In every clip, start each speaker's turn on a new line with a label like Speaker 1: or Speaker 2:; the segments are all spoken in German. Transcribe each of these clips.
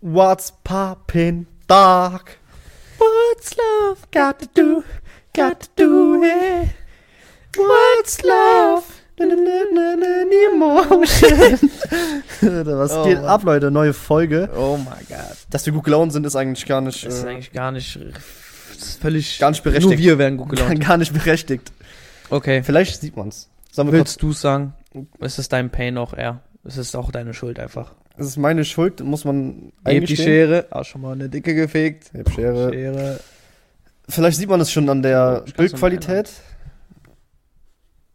Speaker 1: What's poppin' dark?
Speaker 2: What's love got to do? Got to do it. What's love? Emotion.
Speaker 1: Was
Speaker 2: Oh,
Speaker 1: geht
Speaker 2: Mann.
Speaker 1: ab, Leute? Neue Folge.
Speaker 2: Oh mein Gott.
Speaker 1: Dass wir gut gelaunt sind, ist eigentlich gar nicht,
Speaker 2: Das ist
Speaker 1: äh,
Speaker 2: eigentlich gar nicht das ist völlig.
Speaker 1: Gar nicht berechtigt.
Speaker 2: Nur wir werden gut gelaunt.
Speaker 1: gar nicht berechtigt.
Speaker 2: Okay.
Speaker 1: Vielleicht sieht man's. Sollen wir kurz,
Speaker 2: Willst du sagen? Ist es dein Pain auch eher? Ist es auch deine Schuld einfach?
Speaker 1: das ist meine Schuld, muss man
Speaker 2: Heb die
Speaker 1: eingestehen.
Speaker 2: Schere. Ah, schon mal eine dicke gefegt.
Speaker 1: Heb Schere.
Speaker 2: Schere.
Speaker 1: Vielleicht sieht man es schon an der
Speaker 2: Ich kann's
Speaker 1: Bildqualität.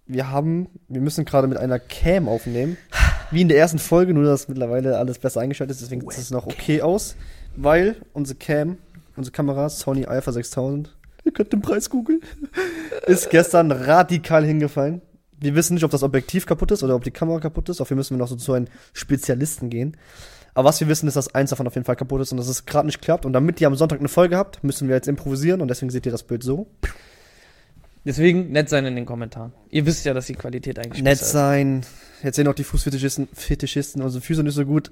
Speaker 1: Wir haben, wir müssen gerade mit einer Cam aufnehmen. Wie in der ersten Folge, nur dass mittlerweile alles besser eingeschaltet ist, deswegen sieht es noch okay aus. Weil unsere Cam, unsere Kamera, Sony Alpha 6000, ihr könnt den Preis googeln, ist gestern radikal hingefallen. Wir wissen nicht, ob das Objektiv kaputt ist oder ob die Kamera kaputt ist. Dafür müssen wir noch so zu einem Spezialisten gehen. Aber was wir wissen, ist, dass eins davon auf jeden Fall kaputt ist und dass es gerade nicht klappt. Und damit ihr am Sonntag eine Folge habt, müssen wir jetzt improvisieren und deswegen seht ihr das Bild so.
Speaker 2: Deswegen nett sein in den Kommentaren. Ihr wisst ja, dass die Qualität eigentlich
Speaker 1: Nett
Speaker 2: besser ist.
Speaker 1: sein. Jetzt sehen auch die Fußfetischisten, Fetischisten, unsere Füße nicht so gut.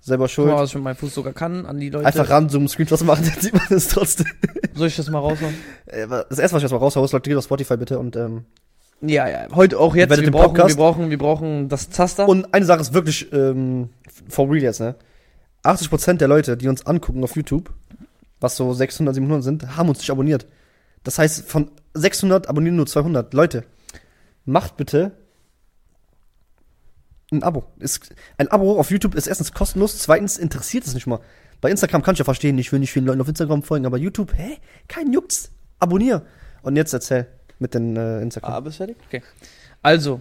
Speaker 1: Selber
Speaker 2: Guck
Speaker 1: schuld.
Speaker 2: mal, was ich mit meinem Fuß sogar kann an die Leute.
Speaker 1: Einfach ranzoomen, Screenshots machen, dann sieht man es trotzdem.
Speaker 2: Soll ich das mal raushauen?
Speaker 1: Äh, aber Das erste, was ich jetzt mal raushaue, ist, Leute, geht auf Spotify bitte. Und, ähm,
Speaker 2: Ja, ja. Heute auch jetzt.
Speaker 1: werdet
Speaker 2: Wir
Speaker 1: den
Speaker 2: brauchen,
Speaker 1: Podcast-
Speaker 2: wir brauchen, wir brauchen das Zaster.
Speaker 1: und eine Sache ist wirklich ähm, for real jetzt, ne? 80% der Leute, die uns angucken auf YouTube, was so 600, 700 sind, haben uns nicht abonniert. Das heißt, von 600 abonnieren nur 200. Leute, macht bitte ein Abo. Ist, ein Abo auf YouTube ist erstens kostenlos, zweitens interessiert es nicht mal. Bei Instagram kann ich ja verstehen, ich will nicht vielen Leuten auf Instagram folgen, aber YouTube, hä? Kein Juckt's. Abonnier. Und jetzt erzähl mit den äh, Instagram.
Speaker 2: Ah, bist fertig? Okay. Also,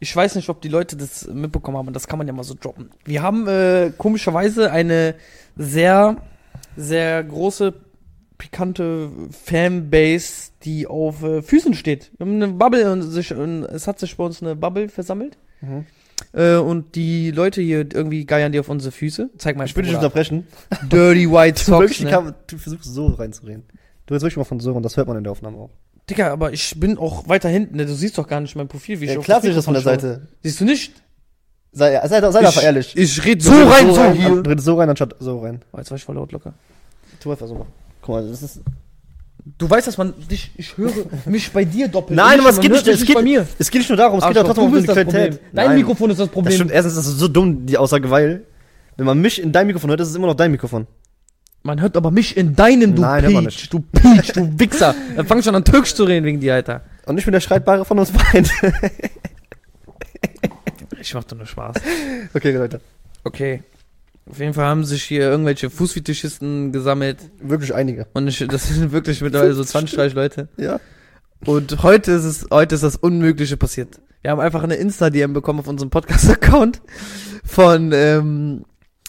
Speaker 2: ich weiß nicht, ob die Leute das mitbekommen haben, das kann man ja mal so droppen. Wir haben äh, komischerweise eine sehr, sehr große, pikante Fanbase, die auf äh, Füßen steht. Wir haben eine Bubble und sich, und es hat sich bei uns eine Bubble versammelt.
Speaker 1: Mhm.
Speaker 2: Äh, und die Leute hier irgendwie geiern die auf unsere Füße. Zeig mal,
Speaker 1: Ich will dich unterbrechen.
Speaker 2: Dirty White
Speaker 1: Du, wirklich,
Speaker 2: Socks.
Speaker 1: die
Speaker 2: Ne?
Speaker 1: Kam du versuchst so reinzureden. Du redest wirklich mal von so und das hört man in der Aufnahme auch.
Speaker 2: Digga, aber ich bin auch weiter hinten. Ne? Du siehst doch gar nicht mein Profil, wie ich
Speaker 1: Ja,
Speaker 2: auf
Speaker 1: klar
Speaker 2: das
Speaker 1: sehe ich das von der
Speaker 2: Mikrofon schaue.
Speaker 1: Seite.
Speaker 2: Siehst du nicht?
Speaker 1: Sei, sei, sei, sei einfach ehrlich.
Speaker 2: Ich rede
Speaker 1: Du
Speaker 2: so
Speaker 1: redest
Speaker 2: rein, so
Speaker 1: rein,
Speaker 2: hier.
Speaker 1: Du redest so rein, anstatt so rein.
Speaker 2: Oh, jetzt war ich voll laut locker.
Speaker 1: Tu einfach so mal. Guck mal, das ist.
Speaker 2: Du weißt, dass man dich, ich höre mich bei dir doppelt.
Speaker 1: Nein, aber
Speaker 2: aber
Speaker 1: es geht nicht, es
Speaker 2: es
Speaker 1: geht,
Speaker 2: ne? bei mir.
Speaker 1: es geht nicht nur darum, es geht
Speaker 2: Arschloch,
Speaker 1: auch trotzdem um
Speaker 2: du
Speaker 1: die
Speaker 2: bist das
Speaker 1: Qualität.
Speaker 2: Problem. Dein
Speaker 1: Nein,
Speaker 2: Mikrofon ist das
Speaker 1: Das
Speaker 2: Problem.
Speaker 1: stimmt, erstens ist das so dumm, die Aussage, weil, wenn man mich in dein Mikrofon hört, ist es immer noch dein Mikrofon.
Speaker 2: Man hört aber mich in deinen, du
Speaker 1: Nein, hört man
Speaker 2: Peach, du Peach, du Wichser. Dann fang schon an Türkisch zu reden wegen dir, Alter.
Speaker 1: Und ich bin der Streitbare von uns beiden.
Speaker 2: Ich mach doch nur Spaß.
Speaker 1: okay, Leute.
Speaker 2: Okay. Auf jeden Fall haben sich hier irgendwelche Fußfetischisten gesammelt.
Speaker 1: Wirklich einige.
Speaker 2: Und ich, das sind wirklich mittlerweile so 20, 30 Leute.
Speaker 1: Ja.
Speaker 2: Und heute ist es, heute ist das Unmögliche passiert. Wir haben einfach eine Insta-DM bekommen auf unserem Podcast-Account von, ähm,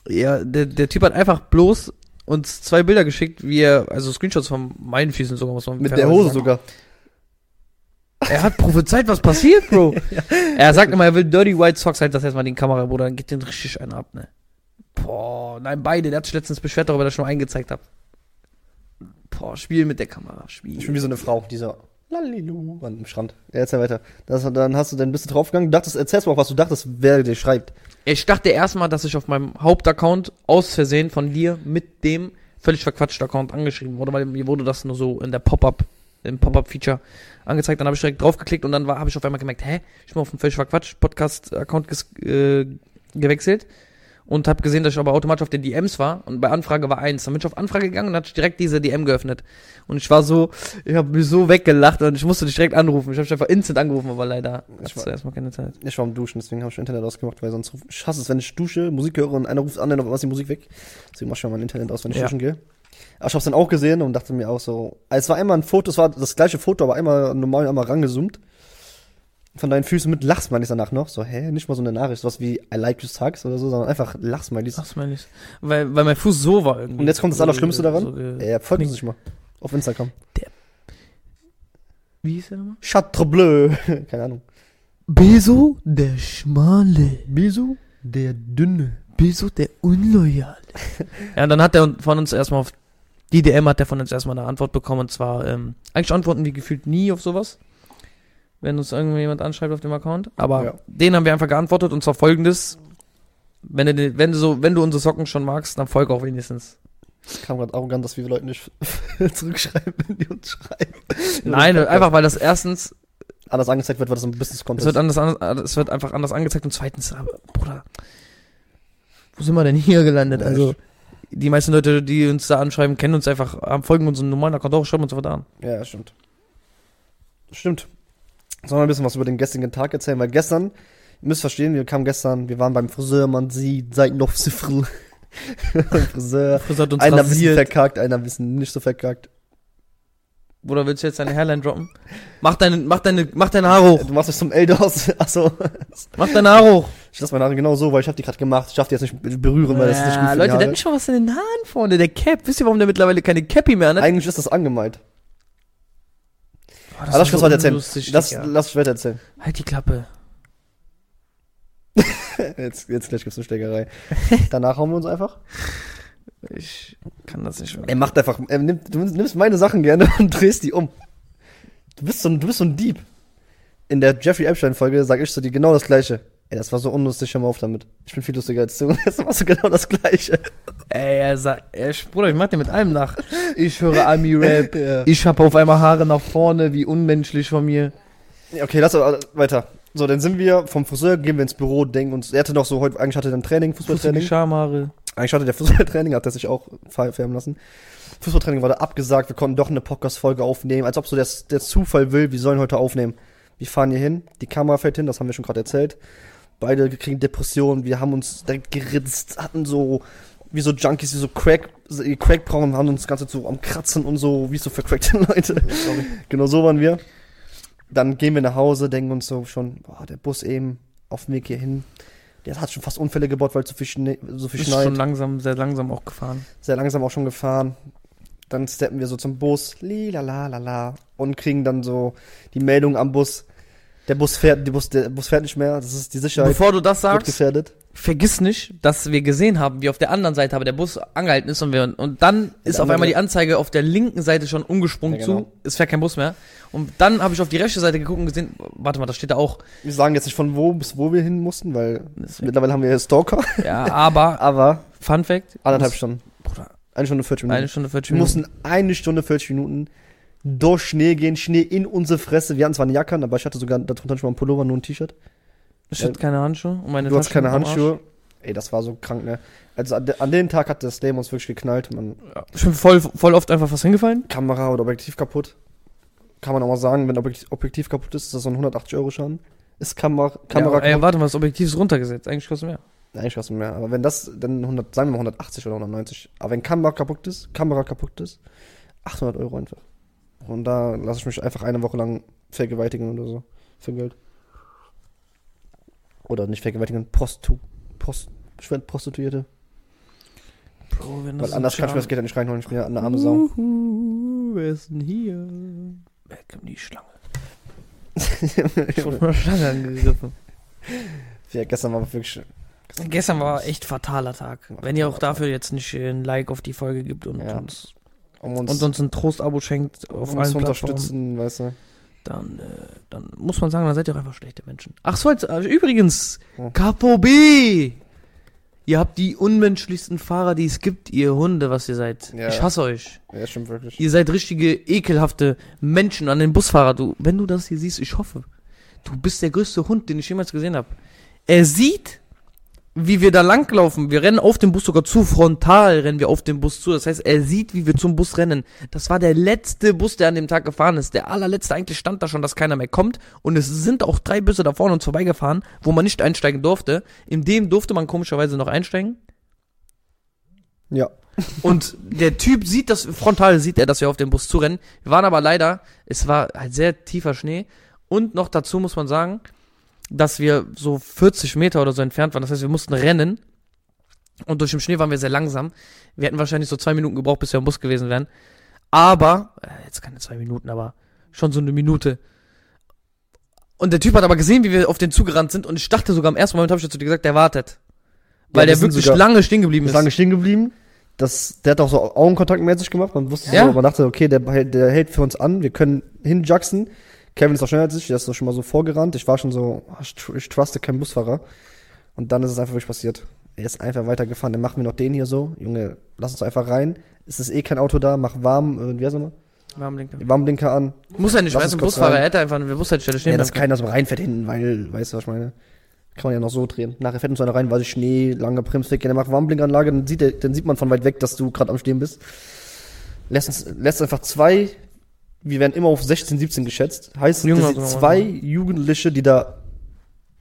Speaker 2: ja, der, der Typ hat einfach bloß uns zwei Bilder geschickt, wie er, also Screenshots von meinen Füßen sogar, muss man
Speaker 1: Mit der
Speaker 2: fairerweise
Speaker 1: Hose
Speaker 2: sagen.
Speaker 1: sogar.
Speaker 2: Er hat prophezeit, was passiert, Bro. Er sagt immer, er will Dirty White Socks, halt das erstmal den Kamera, Bruder, dann geht den richtig einen ab, ne. Boah, nein, beide, der hat sich letztens beschwert darüber, dass ich schon eingezeigt habe. Boah, Spiel mit der Kamera, Spiel.
Speaker 1: Ich bin wie so eine Frau, die so Lalilu an dem Strand. Ja, erzähl weiter. Das, dann hast du dann bist du draufgegangen, dachtest, erzählst mal auch, was du dachtest, wer dir schreibt.
Speaker 2: Ich dachte erstmal, dass ich auf meinem Hauptaccount aus Versehen von dir mit dem völlig verquatschten Account angeschrieben wurde, weil mir wurde das nur so in der Pop-up, im Pop-up-Feature angezeigt. Dann habe ich direkt draufgeklickt und dann habe ich auf einmal gemerkt, hä, ich bin auf den völlig verquatscht Podcast-Account ges- äh, gewechselt und habe gesehen, dass ich aber automatisch auf den DMs war und bei Anfrage war eins. Dann bin ich auf Anfrage gegangen und hatte ich direkt diese DM geöffnet und ich war so, ich habe mich so weggelacht und ich musste dich direkt anrufen. Ich habe dich einfach instant angerufen, aber leider
Speaker 1: Ich
Speaker 2: hast
Speaker 1: war-
Speaker 2: du erstmal keine Zeit.
Speaker 1: Ich war am Duschen, deswegen habe ich Internet ausgemacht, weil sonst ruf, ich hasse es, wenn ich dusche, Musik höre und einer ruft an, dann war die Musik weg. Deswegen mach ich schon mein Internet aus, wenn ich
Speaker 2: Ja.
Speaker 1: duschen gehe. Aber ich habe es dann auch gesehen und dachte mir auch so, ah, es war einmal ein Foto, es war das gleiche Foto, aber einmal normal, einmal rangezoomt. Von deinen Füßen mit Lachsmilies danach noch. So, hä? Nicht mal so eine Nachricht, sowas wie I like you sucks oder so, sondern einfach Lachsmilies.
Speaker 2: Das meine ich. Weil, weil mein Fuß so war irgendwie.
Speaker 1: Und jetzt kommt das Allerschlimmste
Speaker 2: So-
Speaker 1: daran?
Speaker 2: so ge-
Speaker 1: Äh, folgt uns
Speaker 2: nee.
Speaker 1: nicht mal. Auf Instagram.
Speaker 2: Wie hieß der nochmal?
Speaker 1: Chatre bleu. Keine Ahnung.
Speaker 2: Beso der Schmale.
Speaker 1: Bisu, der Dünne.
Speaker 2: Beso der Unloyale. ja, und dann hat er von uns erstmal auf. Die DM hat er von uns erstmal eine Antwort bekommen. Und zwar, ähm, eigentlich antworten wir gefühlt nie auf sowas. Wenn uns irgendjemand anschreibt auf dem Account. Aber
Speaker 1: Ja.
Speaker 2: den haben wir einfach geantwortet. Und zwar folgendes. Wenn du, den- wenn du so, wenn du unsere Socken schon magst, dann folg auch wenigstens.
Speaker 1: Es kam gerade arrogant, dass wir Leuten nicht zurückschreiben, wenn die uns schreiben.
Speaker 2: Nein, einfach weil das erstens,
Speaker 1: Anders angezeigt wird, weil das ein
Speaker 2: es
Speaker 1: Business-Contest
Speaker 2: wird anders, anders, es wird einfach anders angezeigt und zweitens, aber, Bruder, wo sind wir denn hier gelandet? Also, die meisten Leute, die uns da anschreiben, kennen uns einfach, haben- folgen unseren normalen Account auch, schreiben uns einfach da an.
Speaker 1: Ja, stimmt. Stimmt. Sollen wir ein bisschen was über den gestrigen Tag erzählen? Weil gestern, ihr müsst verstehen, wir kamen gestern, wir waren beim Friseur, man sieht Seiten auf Ziffel. Friseur.
Speaker 2: Chris hat uns
Speaker 1: Einer ein bisschen
Speaker 2: rasiert.
Speaker 1: verkackt, einer ein bisschen nicht so verkackt.
Speaker 2: Bruder, willst du jetzt deine Hairline droppen? Mach deine, mach deine, mach deine Haare hoch.
Speaker 1: Du machst mich zum Eldos. Achso.
Speaker 2: Mach deine Haare hoch.
Speaker 1: Ich lasse meine Haare genau so, weil ich hab die gerade gemacht. Ich darf die jetzt nicht berühren, weil das ist nicht gut für
Speaker 2: Leute,
Speaker 1: die
Speaker 2: der
Speaker 1: Haare.
Speaker 2: hat schon was in den Haaren vorne. Der Cap. Wisst ihr, warum der mittlerweile keine Cappy mehr ne? hat?
Speaker 1: Eigentlich ist das angemalt. Aber lass mich das weiter erzählen. Lass, lass mich weiter erzählen.
Speaker 2: Halt die Klappe.
Speaker 1: Jetzt, jetzt gleich gibt's eine Steckerei. Danach hauen wir uns einfach.
Speaker 2: Ich kann das nicht mehr.
Speaker 1: Er macht einfach, er nimmt, du nimmst meine Sachen gerne und drehst die um. Du bist so ein, du bist so ein Dieb. In der Jeffrey Epstein-Folge sag ich zu dir genau das Gleiche. Ey, das war so unlustig, hör mal auf damit. Ich bin viel lustiger als du. Jetzt machst du genau das Gleiche.
Speaker 2: Ey, er sagt, ey, ich- Bruder, ich mach dir mit allem nach. Ich höre Ami-Rap.
Speaker 1: Ja.
Speaker 2: Ich hab auf einmal Haare nach vorne, wie unmenschlich von mir.
Speaker 1: Ja, Okay, lass aber weiter. So, dann sind wir vom Friseur, gehen wir ins Büro, denken uns, er hatte noch so heute, eigentlich hatte er ein Training,
Speaker 2: Pussige
Speaker 1: Fußballtraining.
Speaker 2: Schamhaare.
Speaker 1: Eigentlich hatte der Fußballtraining, hat er sich auch fe- färben lassen. Fußballtraining wurde abgesagt, wir konnten doch eine Podcast-Folge aufnehmen, als ob so der, der Zufall will, wir sollen heute aufnehmen. Wir fahren hier hin, die Kamera fällt hin, das haben wir schon gerade erzählt. Beide kriegen Depressionen, wir haben uns direkt geritzt, hatten so, wie so Junkies, wie so Crack, so die Crack brauchen, haben uns das Ganze so am Kratzen und so, wie so vercrackte Leute. genau so waren wir. Dann gehen wir nach Hause, denken uns so schon, boah, der Bus eben auf dem Weg hierhin. Der hat schon fast Unfälle gebaut, weil zu viel, Schnee, so viel
Speaker 2: Ist
Speaker 1: schneit
Speaker 2: schon langsam, sehr langsam auch gefahren.
Speaker 1: sehr langsam auch schon gefahren. Dann steppen wir so zum Bus, li la la la la, und kriegen dann so die Meldung am Bus. Der Bus fährt, die Bus, der Bus fährt nicht mehr, das ist die Sicherheit
Speaker 2: Bevor du das
Speaker 1: wird
Speaker 2: sagst,
Speaker 1: gefährdet.
Speaker 2: vergiss nicht, dass wir gesehen haben, wie auf der anderen Seite aber der Bus angehalten ist und wir und dann ist auf
Speaker 1: andere-
Speaker 2: einmal die Anzeige auf der linken Seite schon umgesprungen
Speaker 1: Ja, genau.
Speaker 2: zu, es fährt kein Bus mehr. Und dann habe ich auf die rechte Seite geguckt und gesehen, warte mal, das steht da auch.
Speaker 1: Wir sagen jetzt nicht von wo bis wo wir hin mussten, weil
Speaker 2: Deswegen-
Speaker 1: mittlerweile haben wir Stalker,
Speaker 2: Ja, aber
Speaker 1: aber
Speaker 2: Fun Fact,
Speaker 1: anderthalb
Speaker 2: muss-
Speaker 1: Stunden.
Speaker 2: Bruder,
Speaker 1: Eine Stunde 40 Minuten.
Speaker 2: eine Stunde 40
Speaker 1: wir
Speaker 2: Minuten.
Speaker 1: mussten eine Stunde 40 Minuten durch Schnee gehen, Schnee in unsere Fresse. Wir hatten zwar eine Jacke an, aber ich hatte sogar darunter schon mal einen Pullover, nur ein T-Shirt.
Speaker 2: ich hatte keine Handschuhe und meine
Speaker 1: Du hast
Speaker 2: Taschen
Speaker 1: keine
Speaker 2: am Arsch.
Speaker 1: Handschuhe. Ey, das war so krank, ne? Also an, de an dem Tag hat das Leben uns wirklich geknallt. Man,
Speaker 2: Ja, ich bin voll, voll oft einfach fast hingefallen.
Speaker 1: Kamera oder Objektiv kaputt. Kann man auch mal sagen, wenn Objektiv, Objektiv kaputt ist, ist das so ein 180-Euro-Schaden. Ist Kamera, Kamera
Speaker 2: ja, ey,
Speaker 1: kaputt?
Speaker 2: warte mal, das Objektiv ist runtergesetzt. Eigentlich kostet mehr.
Speaker 1: Nein, ich weiß nicht mehr. Aber wenn das, dann 100, sagen wir mal 180 oder 190. Aber wenn Kamera kaputt ist, Kamera kaputt ist, 800 Euro einfach. Und da lasse ich mich einfach eine Woche lang vergewaltigen oder so. Für Geld. Oder nicht vergewaltigen, Prostu, Prost, ich werd Prostituierte.
Speaker 2: Bro, wenn
Speaker 1: Weil anders kann ich mir das Geld ja nicht reinholen, ich bin ja eine arme Sau.
Speaker 2: Uhu, wer ist denn hier? Welcome die Schlange. Ich wurde von einer Schlange angegriffen.
Speaker 1: ja, gestern war wirklich.
Speaker 2: Gestern war echt fataler Tag. Wenn ihr auch dafür jetzt nicht äh, ein Like auf die Folge gibt und
Speaker 1: Ja.
Speaker 2: uns
Speaker 1: Um uns,
Speaker 2: und uns ein Trostabo schenkt auf
Speaker 1: um uns
Speaker 2: allen
Speaker 1: zu
Speaker 2: Plattformen,
Speaker 1: unterstützen, weißt du.
Speaker 2: dann, äh, dann muss man sagen, dann seid ihr auch einfach schlechte Menschen. Ach so, jetzt, äh, übrigens,
Speaker 1: Oh.
Speaker 2: KVB! Ihr habt die unmenschlichsten Fahrer, die es gibt, ihr Hunde, was ihr seid.
Speaker 1: Ja.
Speaker 2: Ich hasse euch.
Speaker 1: Ja, stimmt wirklich.
Speaker 2: Ihr seid richtige, ekelhafte Menschen an den Busfahrer. Du, wenn du das hier siehst, ich hoffe, du bist der größte Hund, den ich jemals gesehen habe. Er sieht, wie wir da langlaufen. Wir rennen auf den Bus sogar zu, frontal rennen wir auf den Bus zu. Das heißt, er sieht, wie wir zum Bus rennen. Das war der letzte Bus, der an dem Tag gefahren ist. Der allerletzte eigentlich stand da schon, dass keiner mehr kommt. Und es sind auch drei Busse da vorne uns vorbeigefahren, wo man nicht einsteigen durfte. In dem durfte man komischerweise noch einsteigen.
Speaker 1: Ja.
Speaker 2: Und der Typ sieht das, frontal sieht er, dass wir auf den Bus zurennen. Wir waren aber leider, es war halt sehr tiefer Schnee. Und noch dazu muss man sagen, dass wir so 40 Meter oder so entfernt waren. Das heißt, wir mussten rennen. Und durch den Schnee waren wir sehr langsam. Wir hätten wahrscheinlich so zwei Minuten gebraucht, bis wir am Bus gewesen wären. Aber, äh, jetzt keine zwei Minuten, aber schon so eine Minute. Und der Typ hat aber gesehen, wie wir auf den zugerannt sind. Und ich dachte sogar im ersten Moment, habe ich dazu gesagt, der wartet. Weil
Speaker 1: wir
Speaker 2: der
Speaker 1: sind
Speaker 2: wirklich
Speaker 1: sogar-
Speaker 2: lange stehen geblieben
Speaker 1: Ist
Speaker 2: ist.
Speaker 1: lange stehen geblieben. Das, der hat auch so Augenkontaktmäßig gemacht. Man wusste
Speaker 2: Ja.
Speaker 1: so, man dachte, okay, der, hält- der hält für uns an, wir können hinjacksen. Kevin ist auch schneller als ich, der ist doch schon mal so vorgerannt. Ich war schon so, ah, ich, tr- ich truste keinen Busfahrer. Und dann ist es einfach wirklich passiert. er ist einfach weitergefahren, dann machen wir noch den hier so. Junge, lass uns einfach rein. Es ist eh kein Auto da, mach warm, äh, wie heißt er noch?
Speaker 2: Warmlinker.
Speaker 1: Warmblinker an.
Speaker 2: Muss ja nicht,
Speaker 1: Lass
Speaker 2: weil es
Speaker 1: uns
Speaker 2: ein
Speaker 1: kurz
Speaker 2: Busfahrer,
Speaker 1: rein.
Speaker 2: er hätte einfach an der Bushaltestelle stehen
Speaker 1: ja, dass
Speaker 2: bleiben
Speaker 1: keiner so reinfährt hinten, weil, weißt du, was ich meine? Kann man ja noch so drehen. Nachher fährt uns einer rein, weil sie Schnee, langer Bremsweg, ja, der macht Warmblinkanlage, dann sieht, er, dann sieht man von weit weg, dass du gerade am Stehen bist. Lässt, uns, lässt einfach zwei, wir werden immer auf 16, 17 geschätzt. Heißt,
Speaker 2: Jünger
Speaker 1: das sind
Speaker 2: sogar,
Speaker 1: zwei
Speaker 2: ja.
Speaker 1: Jugendliche, die da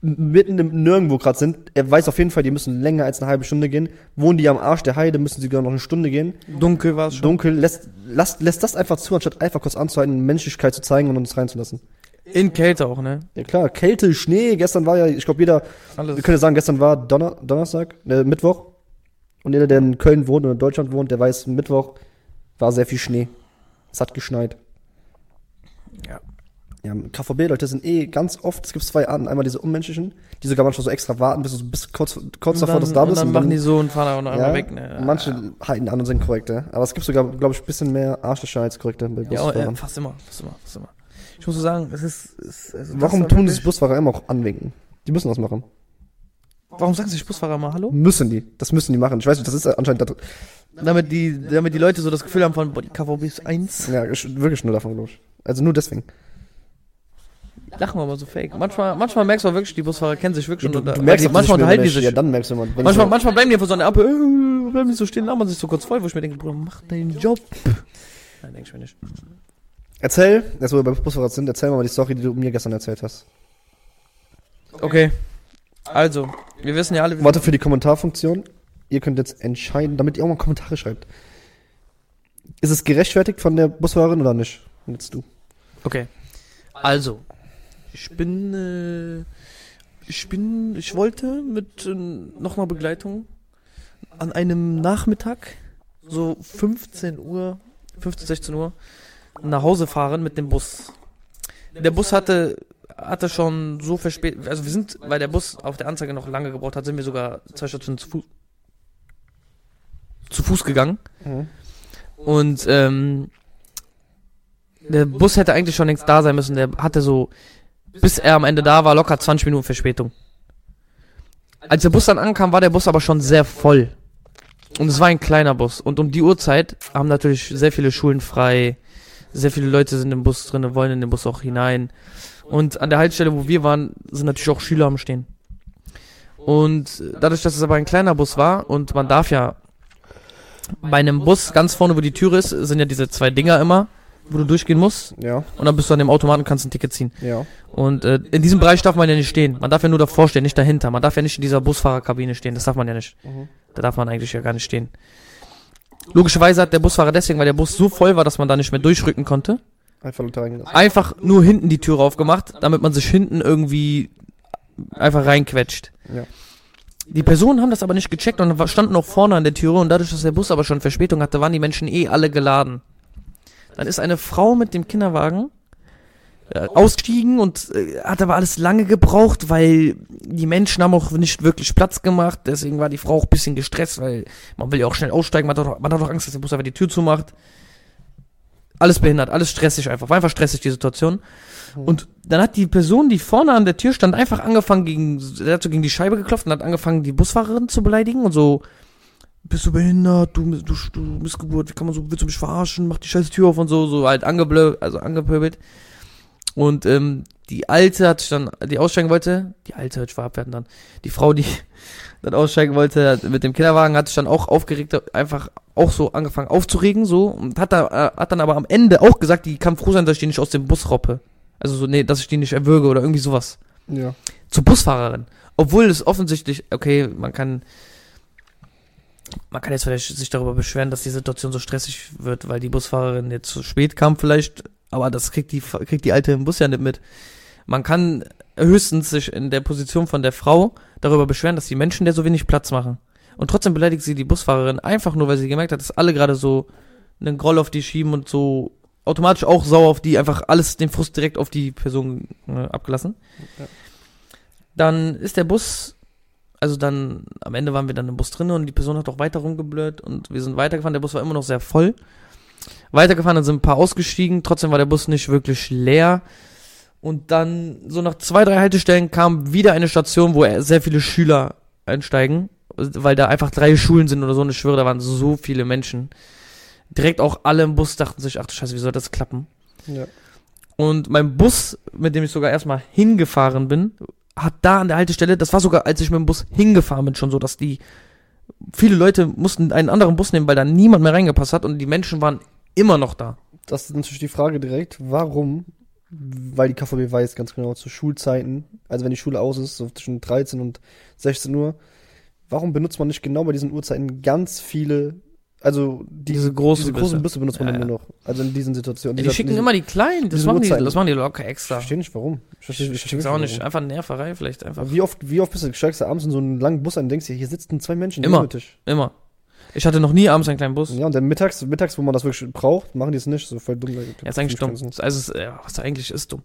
Speaker 1: mitten im Nirgendwo gerade sind. Er weiß auf jeden Fall, die müssen länger als eine halbe Stunde gehen. Wohnen die am Arsch der Heide, müssen sie sogar noch eine Stunde gehen.
Speaker 2: kann. Dunkel war es schon.
Speaker 1: Dunkel, lässt, lässt, lässt das einfach zu, anstatt einfach kurz anzuhalten, Menschlichkeit zu zeigen und uns reinzulassen.
Speaker 2: In Kälte auch, ne?
Speaker 1: Ja klar, Kälte, Schnee, gestern war ja, ich glaube jeder, wir
Speaker 2: Alles.
Speaker 1: können ja sagen, gestern war Donner, Donnerstag, ne, Mittwoch. Und jeder, der in Köln wohnt oder in Deutschland wohnt, der weiß, Mittwoch war sehr viel Schnee. Es hat geschneit.
Speaker 2: Ja.
Speaker 1: Ja, KVB, Leute, das sind eh ganz oft, es gibt zwei Arten. Einmal diese unmenschlichen, die sogar manchmal so extra warten, bis du so bis kurz, kurz
Speaker 2: Und
Speaker 1: davor,
Speaker 2: dann,
Speaker 1: dass du da
Speaker 2: und
Speaker 1: bist.
Speaker 2: dann
Speaker 1: und
Speaker 2: machen die so und fahren auch noch
Speaker 1: ja,
Speaker 2: einmal weg, ne?
Speaker 1: Manche halten an und sind korrekt, ja. Aber es gibt sogar, glaube ich, ein bisschen mehr Arschlöcher als korrekte bei
Speaker 2: Ja,
Speaker 1: Busfahrern.
Speaker 2: äh, fast immer, fast immer, fast immer. Ich muss so sagen, es ist. Es, es- also das
Speaker 1: Warum
Speaker 2: war
Speaker 1: tun das
Speaker 2: wirklich-
Speaker 1: Busfahrer immer auch anwinken? Die müssen das machen.
Speaker 2: Warum sagen sich Busfahrer mal Hallo?
Speaker 1: Müssen die. Das müssen die machen. Ich weiß nicht, das ist anscheinend da drin.
Speaker 2: Damit die, damit die Leute so das Gefühl haben von, boah, die KVB ist eins.
Speaker 1: Ja, ist wirklich nur davon, glaube ich. Also nur deswegen.
Speaker 2: Lachen wir mal so fake. Manchmal, manchmal merkst du auch wirklich, die Busfahrer kennen sich wirklich.
Speaker 1: Du,
Speaker 2: und, äh,
Speaker 1: du merkst,
Speaker 2: die,
Speaker 1: auch,
Speaker 2: manchmal
Speaker 1: dass
Speaker 2: unterhalten die
Speaker 1: ich mir-
Speaker 2: sich.
Speaker 1: Ja, dann merkst du immer. wenn
Speaker 2: manchmal,
Speaker 1: so-
Speaker 2: manchmal bleiben die einfach so an der Ampel, äh, bleiben die so stehen, labern sich so kurz voll, wo ich mir denke, Bruder, mach deinen Job. Nein, denke ich mir nicht.
Speaker 1: erzähl, jetzt wo wir beim Busfahrer sind, erzähl mal die Story, die du mir gestern erzählt hast.
Speaker 2: Okay. Also, wir wissen ja alle, wir
Speaker 1: Warte für die Kommentarfunktion. Ihr könnt jetzt entscheiden, damit ihr auch mal Kommentare schreibt. Ist es gerechtfertigt von der Busfahrerin oder nicht? Und jetzt du.
Speaker 2: Okay. Also, ich bin, äh, ich bin, ich wollte mit äh, nochmal Begleitung an einem Nachmittag, so 15 Uhr, 15, 16 Uhr, nach Hause fahren mit dem Bus. Der Bus hatte, hatte schon so verspätet, also wir sind, weil der Bus auf der Anzeige noch lange gebraucht hat, sind wir sogar zwei Stationen zu Fuß, zu Fuß gegangen.
Speaker 1: Mhm.
Speaker 2: Und ähm, der Bus hätte eigentlich schon längst da sein müssen. Der hatte so, bis er am Ende da war, locker 20 Minuten Verspätung. Als der Bus dann ankam, war der Bus aber schon sehr voll. Und es war ein kleiner Bus. Und um die Uhrzeit haben natürlich sehr viele Schulen frei. Sehr viele Leute sind im Bus drin, wollen in den Bus auch hinein. Und an der Haltestelle, wo wir waren, sind natürlich auch Schüler am Stehen. Und dadurch, dass es aber ein kleiner Bus war und man darf ja bei einem Bus ganz vorne, wo die Tür ist, sind ja diese zwei Dinger immer, wo du durchgehen musst.
Speaker 1: Ja,
Speaker 2: Und dann bist du an dem Automaten und kannst ein Ticket ziehen.
Speaker 1: ja.
Speaker 2: Und äh, in diesem Bereich darf man ja nicht stehen. Man darf ja nur davor stehen, nicht dahinter. Man darf ja nicht in dieser Busfahrerkabine stehen. Das darf man ja nicht.
Speaker 1: Mhm.
Speaker 2: Da darf man eigentlich ja gar nicht stehen. Logischerweise hat der Busfahrer deswegen, weil der Bus so voll war, dass man da nicht mehr durchrücken konnte,
Speaker 1: Einfach Luther reingelassen.
Speaker 2: einfach nur hinten die Tür aufgemacht, damit man sich hinten irgendwie einfach reinquetscht.
Speaker 1: Ja.
Speaker 2: Die Personen haben das aber nicht gecheckt und wa- standen auch vorne an der Türe und dadurch, dass der Bus aber schon Verspätung hatte, waren die Menschen eh alle geladen. Dann ist eine Frau mit dem Kinderwagen äh, ausgestiegen und äh, hat aber alles lange gebraucht, weil die Menschen haben auch nicht wirklich Platz gemacht. Deswegen war die Frau auch ein bisschen gestresst, weil man will ja auch schnell aussteigen. Man hat auch, man hat auch Angst, dass der Bus einfach die Tür zumacht. Alles behindert, alles stressig einfach. War einfach stressig die Situation. Und dann hat die Person, die vorne an der Tür stand, einfach angefangen, gegen, der hat so gegen die Scheibe geklopft und hat angefangen, die Busfahrerin zu beleidigen und so, bist du behindert, du, du, du Missgeburt, wie kann man so, willst du mich verarschen, mach die scheiß Tür auf und so, so halt angeblö, also angepöbelt. Und ähm, die Alte hat sich dann, die aussteigen wollte, die Alte hört schwer abwerten dann, die Frau, die dann aussteigen wollte hat mit dem Kinderwagen, hat sich dann auch aufgeregt, einfach auch so angefangen aufzuregen, so, und hat, da, äh, hat dann aber am Ende auch gesagt, die kann froh sein, dass ich die nicht aus dem Bus roppe. Also so, nee, dass ich die nicht erwürge oder irgendwie sowas.
Speaker 1: Ja.
Speaker 2: Zur Busfahrerin. Obwohl es offensichtlich, okay, man kann, man kann jetzt vielleicht sich darüber beschweren, dass die Situation so stressig wird, weil die Busfahrerin jetzt zu spät kam vielleicht, aber das kriegt die, kriegt die Alte im Bus ja nicht mit. Man kann höchstens sich in der Position von der Frau darüber beschweren, dass die Menschen der so wenig Platz machen. Und trotzdem beleidigt sie die Busfahrerin einfach nur, weil sie gemerkt hat, dass alle gerade so einen Groll auf die schieben und so automatisch auch sauer auf die, einfach alles den Frust direkt auf die Person äh, abgelassen.
Speaker 1: Ja.
Speaker 2: Dann ist der Bus, also dann, am Ende waren wir dann im Bus drin und die Person hat auch weiter rumgeblöd und wir sind weitergefahren, der Bus war immer noch sehr voll. Weitergefahren, dann sind ein paar ausgestiegen, trotzdem war der Bus nicht wirklich leer. Und dann, so nach zwei, drei Haltestellen kam wieder eine Station, wo äh, sehr viele Schüler einsteigen weil da einfach drei Schulen sind oder so. Und ich schwöre, da waren so viele Menschen. Direkt auch alle im Bus dachten sich, ach du Scheiße, wie soll das klappen?
Speaker 1: Ja.
Speaker 2: Und mein Bus, mit dem ich sogar erstmal hingefahren bin, hat da an der Haltestelle, das war sogar, als ich mit dem Bus hingefahren bin, schon so, dass die viele Leute mussten einen anderen Bus nehmen, weil da niemand mehr reingepasst hat und die Menschen waren immer noch da.
Speaker 1: Das ist natürlich die Frage direkt, warum? Weil die KVB weiß ganz genau, zu Schulzeiten, also wenn die Schule aus ist, so zwischen 13 und 16 Uhr, warum benutzt man nicht genau bei diesen Uhrzeiten ganz viele, also die,
Speaker 2: Diese großen
Speaker 1: diese großen
Speaker 2: Busse.
Speaker 1: Busse benutzt man
Speaker 2: Ja,
Speaker 1: immer noch. Also in diesen Situationen.
Speaker 2: Die
Speaker 1: Dieser-
Speaker 2: schicken
Speaker 1: diese-
Speaker 2: immer die kleinen, das
Speaker 1: diese
Speaker 2: machen die,
Speaker 1: Uhrzeiten.
Speaker 2: das machen die locker
Speaker 1: Ich
Speaker 2: extra.
Speaker 1: verstehe nicht warum. Ich verstehe ich verstehe
Speaker 2: Ist
Speaker 1: wirklich
Speaker 2: auch nicht,
Speaker 1: warum.
Speaker 2: einfach Nerverei vielleicht einfach.
Speaker 1: Aber Wie oft, wie oft bist du steigst du abends in so einen langen Bus ein und denkst dir, hier sitzen zwei Menschen die
Speaker 2: Immer.
Speaker 1: haben Tisch.
Speaker 2: Immer. Ich hatte noch nie abends einen kleinen Bus. Ja,
Speaker 1: Ja, und dann mittags, mittags, wo man das wirklich braucht, machen die es nicht. So voll dumm. Ja,
Speaker 2: ist eigentlich dumm. Ist- Also, ist, ja, was eigentlich ist dumm.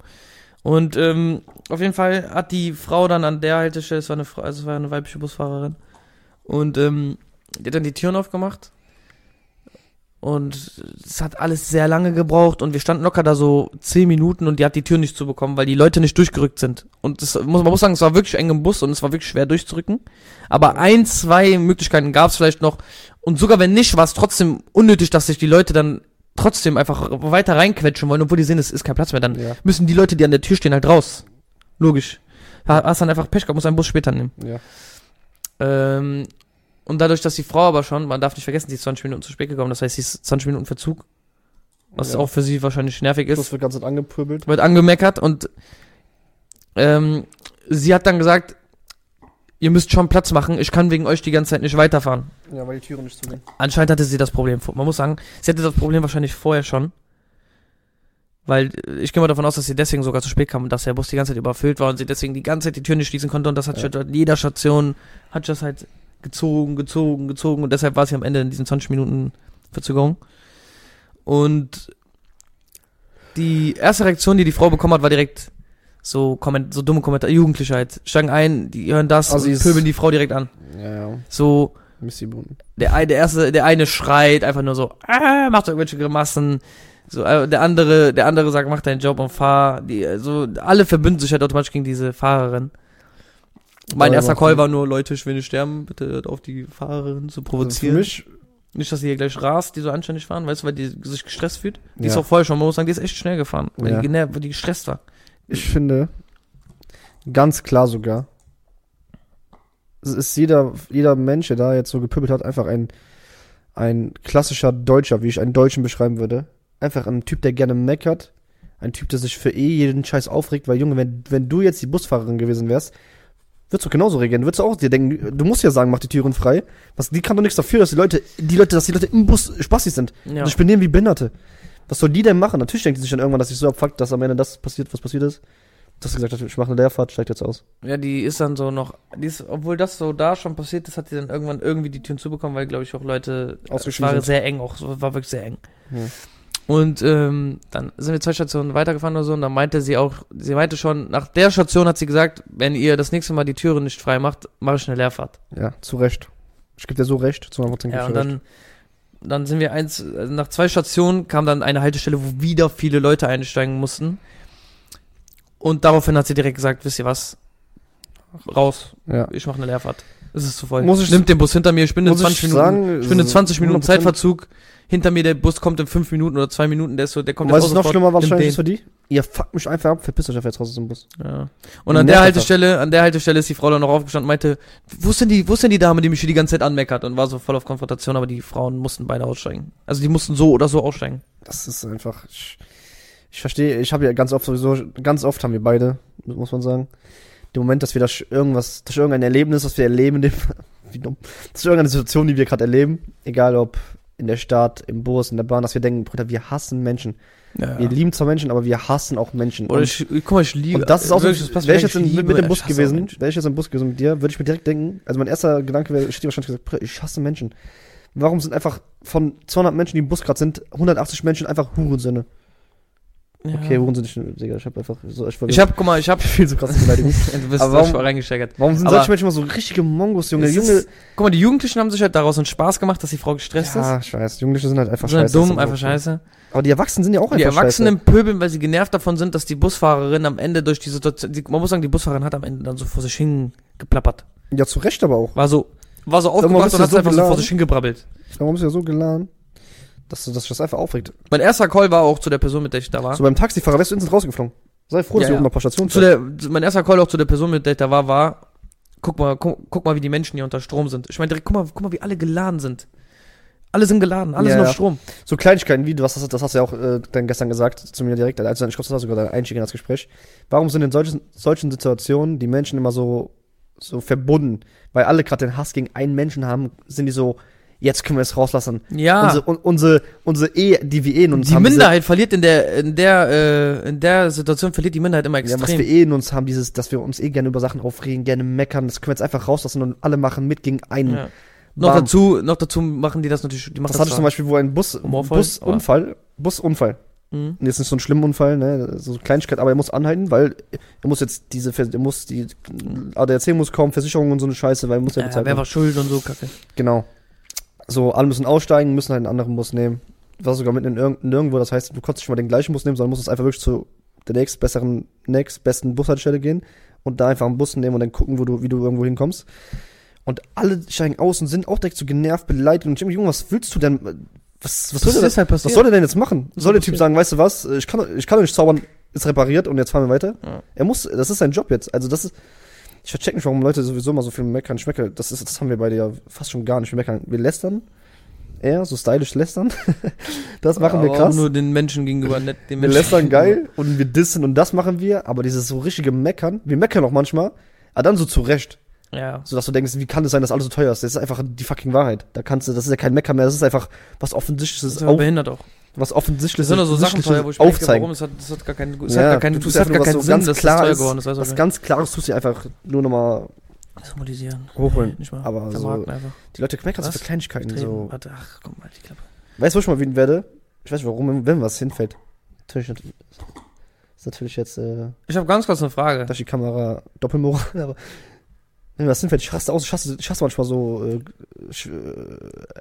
Speaker 2: Und ähm, auf jeden Fall hat die Frau dann an der Haltestelle, es war eine, Frau, also es war eine weibliche Busfahrerin, und ähm, die hat dann die Türen aufgemacht. Und es hat alles sehr lange gebraucht und wir standen locker da so 10 Minuten und die hat die Tür nicht zubekommen, weil die Leute nicht durchgerückt sind. Und das, muss, man muss sagen, es war wirklich eng im Bus und es war wirklich schwer durchzurücken. Aber ein, zwei Möglichkeiten gab es vielleicht noch. Und sogar wenn nicht, war es trotzdem unnötig, dass sich die Leute dann trotzdem einfach weiter reinquetschen wollen, obwohl die sehen, es ist kein Platz mehr. Dann
Speaker 1: Ja,
Speaker 2: müssen die Leute, die an der Tür stehen, halt raus. Logisch. Ha- Hast dann einfach Pech gehabt, muss einen Bus später nehmen.
Speaker 1: ja.
Speaker 2: Ähm, und dadurch, dass die Frau aber schon, man darf nicht vergessen, sie ist 20 Minuten zu spät gekommen, das heißt, sie ist 20 Minuten Verzug, was
Speaker 1: ja.
Speaker 2: auch für sie wahrscheinlich nervig
Speaker 1: Das
Speaker 2: ist,
Speaker 1: wird ganz Zeit angepöbelt.
Speaker 2: wird angemeckert und ähm, sie hat dann gesagt, ihr müsst schon Platz machen, ich kann wegen euch die ganze Zeit nicht weiterfahren.
Speaker 1: Ja, weil die Türen nicht zugehen.
Speaker 2: Anscheinend hatte sie das Problem. vor- Man muss sagen, sie hatte das Problem wahrscheinlich vorher schon. Weil äh, ich gehe mal davon aus, dass sie deswegen sogar zu spät kam und dass der Bus die ganze Zeit überfüllt war und sie deswegen die ganze Zeit die Tür nicht schließen konnte und das hat
Speaker 1: Ja.
Speaker 2: schon an jeder Station, hat das halt gezogen, gezogen, gezogen und deshalb war sie am Ende in diesen 20 Minuten Verzögerung. Und die erste Reaktion, die die Frau bekommen hat, war direkt so, Komment so dumme Kommentare, Jugendliche halt, steigen ein, die hören das
Speaker 1: Also sie
Speaker 2: und
Speaker 1: ist-
Speaker 2: pöbeln die Frau direkt an.
Speaker 1: Ja, Also ja.
Speaker 2: So,
Speaker 1: Missy Boone.
Speaker 2: der eine, der erste, der eine schreit einfach nur so, ah, macht irgendwelche Grimassen. So, äh, der andere, der andere sagt, mach deinen Job und fahr. Die, äh, so, alle verbünden sich halt automatisch gegen diese Fahrerin. Mein
Speaker 1: Ja,
Speaker 2: erster
Speaker 1: macht
Speaker 2: Call
Speaker 1: Sinn.
Speaker 2: war nur, Leute, ich will nicht sterben, bitte hört auf, die Fahrerin
Speaker 1: Also
Speaker 2: zu
Speaker 1: für
Speaker 2: provozieren.
Speaker 1: mich,
Speaker 2: nicht, dass sie hier gleich rast, die so anständig fahren, weißt du, weil die sich gestresst fühlt. Die ist
Speaker 1: Ja.
Speaker 2: auch vorher schon, man muss sagen, die ist echt schnell gefahren, weil,
Speaker 1: Ja.
Speaker 2: die, genervt, weil die gestresst war.
Speaker 1: ich finde, ganz klar sogar, es ist jeder, jeder Mensch, der da jetzt so gepöbelt hat, einfach ein, ein klassischer Deutscher, wie ich einen Deutschen beschreiben würde. Einfach ein Typ, der gerne meckert. Ein Typ, der sich für eh jeden Scheiß aufregt, weil Junge, wenn, wenn du jetzt die Busfahrerin gewesen wärst, würdest du genauso reagieren. Würdest du auch dir denken, du musst ja sagen, mach die Türen frei. Was, die kann doch nichts dafür, dass die Leute, die Leute, dass die Leute im Bus spaßig sind.
Speaker 2: Ja.
Speaker 1: Also ich bin denen wie Behinderte. Was soll die denn machen? Natürlich denkt sie sich dann irgendwann, dass ich so abfuckt, dass am Ende das passiert, was passiert ist. Dass sie gesagt hat, ich mache eine Leerfahrt, steigt jetzt aus.
Speaker 2: Ja, die ist dann so noch, die ist, obwohl das so da schon passiert ist, hat die dann irgendwann irgendwie die Türen zubekommen, weil, glaube ich, auch Leute, äh, es
Speaker 1: Ausgestiegen
Speaker 2: war
Speaker 1: sind.
Speaker 2: sehr eng auch, so, war wirklich sehr eng.
Speaker 1: Ja.
Speaker 2: Und ähm, dann sind wir zwei Stationen weitergefahren oder so und dann meinte sie auch, sie meinte schon, nach der Station hat sie gesagt, wenn ihr das nächste Mal die Türen nicht frei macht, mache ich eine Leerfahrt.
Speaker 1: Ja, zu Recht. Ich gebe dir so recht, zu 100% geb ich
Speaker 2: Ja,
Speaker 1: dir
Speaker 2: und dann, dann sind wir eins, also nach zwei Stationen kam dann eine Haltestelle, wo wieder viele Leute einsteigen mussten. Und daraufhin hat sie direkt gesagt, wisst ihr was, raus
Speaker 1: recht.
Speaker 2: ich mache eine Leerfahrt. Es ist zu voll.
Speaker 1: Muss ich-
Speaker 2: Nimmt den Bus hinter mir, ich bin
Speaker 1: Ja.
Speaker 2: in 20 Minuten.
Speaker 1: sagen, also
Speaker 2: ich bin in 20 Minuten
Speaker 1: 100%.
Speaker 2: Zeitverzug. Hinter mir der Bus kommt in 5 Minuten oder 2 Minuten, der ist so, der kommt
Speaker 1: Und weißt du, was noch
Speaker 2: sofort,
Speaker 1: schlimmer
Speaker 2: nimmt
Speaker 1: wahrscheinlich ist für
Speaker 2: den.
Speaker 1: die? Ihr fuckt mich einfach ab, verpisst euch einfach jetzt raus aus dem Bus.
Speaker 2: ja. Und an
Speaker 1: Nervt
Speaker 2: der
Speaker 1: einfach.
Speaker 2: Haltestelle, an der Haltestelle ist die Frau dann noch aufgestanden und meinte, wo ist denn die, wo ist denn die Dame, die mich hier die ganze Zeit anmeckert und war so voll auf Konfrontation, aber die Frauen mussten beide aussteigen. Also die mussten so oder so aussteigen.
Speaker 1: Das ist einfach. Ich, ich verstehe, ich habe ja ganz oft sowieso, ganz oft haben wir beide, muss man sagen, den Moment, dass wir das irgendwas, durch irgendein Erlebnis, was wir erleben, dem, wie dumm, durch irgendeine Situation, die wir gerade erleben, egal ob in der Stadt, im Bus, in der Bahn, dass wir denken, Bruder, wir hassen Menschen.
Speaker 2: Ja.
Speaker 1: Wir lieben zwar Menschen, aber wir hassen auch Menschen.
Speaker 2: Oder
Speaker 1: Und-
Speaker 2: ich, guck mal, ich liebe.
Speaker 1: und das ist auch so,
Speaker 2: wirklich, das passt
Speaker 1: wäre ich
Speaker 2: mir
Speaker 1: jetzt in,
Speaker 2: eigentlich.
Speaker 1: mit, mit
Speaker 2: liebe-
Speaker 1: dem Bus
Speaker 2: ich hasse auch
Speaker 1: gewesen,
Speaker 2: Menschen.
Speaker 1: wäre ich jetzt im Bus gewesen mit dir, würde ich mir direkt denken, also mein erster Gedanke wäre, ich hätte dir wahrscheinlich gesagt, Bruder, ich hasse Menschen. Warum sind einfach von 200 Menschen, die im Bus gerade sind, 180 Menschen einfach Hurensöhne?
Speaker 2: Ja.
Speaker 1: Okay, Huren sind nicht, Digga, ich hab einfach so, ich,
Speaker 2: Ich hab, guck mal, ich hab.
Speaker 1: viel zu krasse Beleidigung.
Speaker 2: Du bist
Speaker 1: Aber warum-
Speaker 2: voll reingesteigert.
Speaker 1: Warum sind
Speaker 2: Aber-
Speaker 1: solche Menschen immer so richtige Mongos, Junge?
Speaker 2: Es
Speaker 1: Junge,
Speaker 2: Ist, guck mal, die Jugendlichen haben sich halt daraus einen Spaß gemacht, dass die Frau gestresst ist.
Speaker 1: ja, scheiße, Jugendliche sind halt einfach
Speaker 2: Die sind halt
Speaker 1: scheiße. das
Speaker 2: dumm,
Speaker 1: ist
Speaker 2: einfach
Speaker 1: so.
Speaker 2: scheiße.
Speaker 1: Aber die Erwachsenen sind ja auch
Speaker 2: Die
Speaker 1: einfach
Speaker 2: Erwachsenen pöbeln, weil sie genervt davon sind, dass die Busfahrerin am Ende durch die Situation, die, man muss sagen, die Busfahrerin hat am Ende dann so vor sich hin geplappert.
Speaker 1: scheiße. Ja, zu Recht aber auch.
Speaker 2: War so, war so
Speaker 1: Irgendwann
Speaker 2: aufgebracht
Speaker 1: bist
Speaker 2: und
Speaker 1: du
Speaker 2: hat
Speaker 1: so
Speaker 2: einfach so vor
Speaker 1: geladen.
Speaker 2: sich hingebrabbelt.
Speaker 1: Warum ist ja so geladen, dass du dass dich das einfach aufregt?
Speaker 2: Mein erster Call war auch zu der Person, mit der ich da war.
Speaker 1: So beim Taxifahrer wärst du instant rausgeflogen. Sei froh, dass
Speaker 2: Ja,
Speaker 1: wir
Speaker 2: ja.
Speaker 1: oben noch ein paar Stationen
Speaker 2: zu der, zu- mein erster Call auch zu der Person, mit der ich da war, war, guck mal, guck, guck mal, wie die Menschen hier unter Strom sind. Ich meine direkt, guck mal, guck mal, wie alle geladen sind. Alle sind geladen, alle
Speaker 1: Ja,
Speaker 2: sind auf
Speaker 1: ja.
Speaker 2: Strom.
Speaker 1: So Kleinigkeiten wie, du hast, das- das hast du ja auch äh, dann gestern gesagt zu mir direkt, als du dann schriftst, das war sogar dein Einstieg in das Gespräch. Warum sind in solchen, solchen Situationen die Menschen immer so, so verbunden? Weil alle gerade den Hass gegen einen Menschen haben, sind die so, jetzt können wir es rauslassen.
Speaker 2: Ja.
Speaker 1: Unsere, un, unsere, unsere Ehe, die wir eh in uns
Speaker 2: Ah. die
Speaker 1: haben. diese-
Speaker 2: Minderheit verliert in der, in der, äh, in der Situation verliert die Minderheit immer
Speaker 1: Ja, was
Speaker 2: extrem.
Speaker 1: wir eh in uns haben, dieses, dass wir uns eh gerne über Sachen aufregen, gerne meckern, das können wir jetzt einfach rauslassen und alle machen mit gegen einen.
Speaker 2: Ja. Noch
Speaker 1: Bam.
Speaker 2: dazu, noch dazu machen die das natürlich, die machen
Speaker 1: Das hatte ich zum
Speaker 2: zwar-
Speaker 1: Beispiel, wo ein Bus,
Speaker 2: Humorvoll,
Speaker 1: Busunfall, Busunfall,
Speaker 2: Mhm.
Speaker 1: Und jetzt nicht so ein schlimmer Unfall, ne? so eine Kleinigkeit, aber er muss anhalten, weil er muss jetzt diese, Vers- er muss die ADAC muss kommen, Versicherung und so eine Scheiße, weil er muss ja
Speaker 2: ja,
Speaker 1: bezahlt
Speaker 2: Äh, wer
Speaker 1: werden.
Speaker 2: war schuld und so, kacke.
Speaker 1: Genau. So, alle müssen aussteigen, müssen halt einen anderen Bus nehmen. War sogar mitten in irgend- nirgendwo, das heißt, du konntest nicht mal den gleichen Bus nehmen, sondern musstest einfach wirklich zu der nächsten besseren, nächsten besten Bushaltestelle gehen und da einfach einen Bus nehmen und dann gucken, wo du, wie du irgendwo hinkommst. Und alle steigen aus und sind auch direkt so genervt, beleidigt und ich denke mir, Junge, was willst du denn? Was, was soll denn das?
Speaker 2: halt
Speaker 1: Was
Speaker 2: passiert?
Speaker 1: soll er denn jetzt machen?
Speaker 2: Was
Speaker 1: Soll der
Speaker 2: passiert?
Speaker 1: Typ sagen, weißt du was, ich kann, ich kann doch nicht zaubern, ist repariert und jetzt fahren wir weiter?
Speaker 2: Ja.
Speaker 1: Er muss, das ist sein Job jetzt. Also das ist, ich vercheck nicht, warum Leute sowieso mal so viel meckern. Ich meckere, das, ist, das haben wir beide ja fast schon gar nicht. Wir meckern, wir lästern. Er, so stylisch lästern. das machen wir
Speaker 2: Aber auch
Speaker 1: krass.
Speaker 2: Nur den Menschen gegenüber, nicht den
Speaker 1: Wir
Speaker 2: Menschen.
Speaker 1: lästern geil und wir dissen und das machen wir. Aber dieses so richtige Meckern, wir meckern auch manchmal, aber dann so zurecht.
Speaker 2: Ja.
Speaker 1: Sodass du denkst, wie kann es sein, dass alles so teuer ist? Das ist einfach die fucking Wahrheit. Da kannst du, das ist ja kein Meckern mehr, das ist einfach was
Speaker 2: Das
Speaker 1: Offensichtliches,
Speaker 2: ist aber
Speaker 1: auf,
Speaker 2: behindert auch.
Speaker 1: was Offensichtliches,
Speaker 2: Das sind doch so Sachen teuer, wo ich mir denke,
Speaker 1: aufzeigen.
Speaker 2: warum, es hat, das hat gar keinen, es
Speaker 1: Ja,
Speaker 2: hat gar keinen,
Speaker 1: du tust
Speaker 2: es hat
Speaker 1: einfach
Speaker 2: gar
Speaker 1: nur was
Speaker 2: keinen
Speaker 1: so
Speaker 2: Sinn,
Speaker 1: ganz
Speaker 2: dass das
Speaker 1: klar
Speaker 2: teuer
Speaker 1: ist,
Speaker 2: geworden ist. Weißt du,
Speaker 1: Was ganz Klares tust du einfach nur nochmal
Speaker 2: symbolisieren.
Speaker 1: hochholen.
Speaker 2: Nicht mal.
Speaker 1: Aber so-
Speaker 2: Vermarkten einfach.
Speaker 1: Die Leute meckern so
Speaker 2: Was?
Speaker 1: für Kleinigkeiten.
Speaker 2: Drehen.
Speaker 1: So.
Speaker 2: Warte, ach, komm mal, die Klappe.
Speaker 1: Weißt du, wo ich mal wütend werde? Ich weiß nicht, warum, wenn was hinfällt. Natürlich, nicht- ist natürlich jetzt, äh,
Speaker 2: Ich habe ganz kurz eine Frage.
Speaker 1: da ist die Kamera Doppelmoral, aber wenn was hinfällt, ich raste aus, ich hasse, ich hasse manchmal so, äh, sch,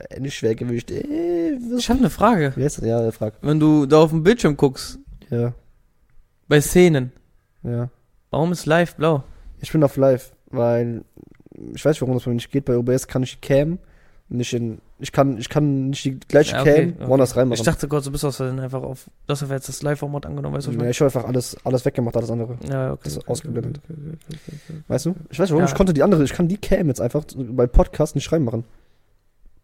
Speaker 1: äh, nicht Schwergewicht, äh, was?
Speaker 2: Ich habe eine Frage.
Speaker 1: Wie heißt das? Ja, frag.
Speaker 2: Wenn du da auf dem Bildschirm guckst,
Speaker 1: Ja,
Speaker 2: bei Szenen,
Speaker 1: ja.
Speaker 2: warum ist live blau?
Speaker 1: Ich bin auf live, weil ich weiß nicht, warum das bei mir nicht geht. Bei OBS kann ich die Cam nicht in. Ich kann, ich kann nicht die gleiche
Speaker 2: Ja, okay,
Speaker 1: Cam
Speaker 2: okay.
Speaker 1: woanders reinmachen.
Speaker 2: Ich dachte kurz, du bist aus Versehen einfach auf, dass er jetzt das Live-Format angenommen, weißt du,
Speaker 1: ja,
Speaker 2: was ich
Speaker 1: ich habe einfach alles, alles weggemacht, alles andere.
Speaker 2: meine? Ja, okay.
Speaker 1: Das ist
Speaker 2: okay,
Speaker 1: ausgeblendet.
Speaker 2: okay, okay, okay, okay.
Speaker 1: Weißt du? Ich weiß nicht, warum
Speaker 2: Ja.
Speaker 1: ich konnte die andere. Ich kann die Cam jetzt einfach bei Podcast nicht reinmachen.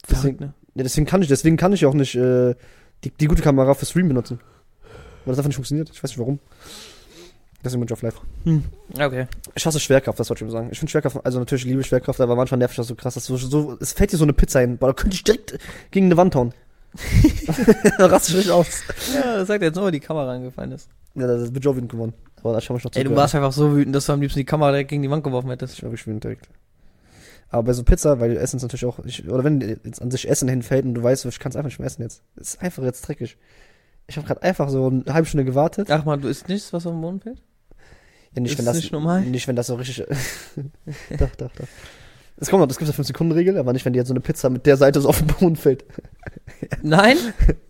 Speaker 2: Verrückt, ne?
Speaker 1: Ja, deswegen kann ich, deswegen kann ich auch nicht äh, die, die gute Kamera für Stream benutzen. Weil das einfach nicht funktioniert. Ich weiß nicht warum. Deswegen bin ich auf live.
Speaker 2: Hm. Ja, Okay.
Speaker 1: Ich hasse Schwerkraft, das wollte ich schon sagen. Ich finde Schwerkraft, also natürlich liebe ich Schwerkraft, aber manchmal nervt mich das so krass. Dass du so, es fällt dir so eine Pizza ein, boah, da könnte ich direkt gegen eine Wand hauen. da raste ich richtig aus.
Speaker 2: Ja, das sagt er jetzt nur, weil die Kamera angefallen ist.
Speaker 1: Ja, das ist mit Jovin gewonnen. Aber da schaue ich noch zu.
Speaker 2: Ey, du warst einfach so wütend, dass du am liebsten die Kamera direkt gegen die Wand geworfen hättest.
Speaker 1: Ich glaube, ich bin direkt. Aber bei so Pizza, weil Essen ist natürlich auch, ich, oder wenn jetzt an sich Essen hinfällt und du weißt, ich kann es einfach nicht mehr essen jetzt. Es ist einfach jetzt dreckig. Ich habe gerade einfach so eine halbe Stunde gewartet.
Speaker 2: Ach man, du isst nichts, was auf dem Boden fällt?
Speaker 1: Ja, nicht,
Speaker 2: Ist
Speaker 1: wenn das,
Speaker 2: nicht normal?
Speaker 1: Nicht, wenn das so richtig. doch, doch, doch. Das kommt noch, das gibt es ja 5-Sekunden-Regel, aber nicht, wenn dir jetzt so eine Pizza mit der Seite so auf den Boden fällt.
Speaker 2: Nein?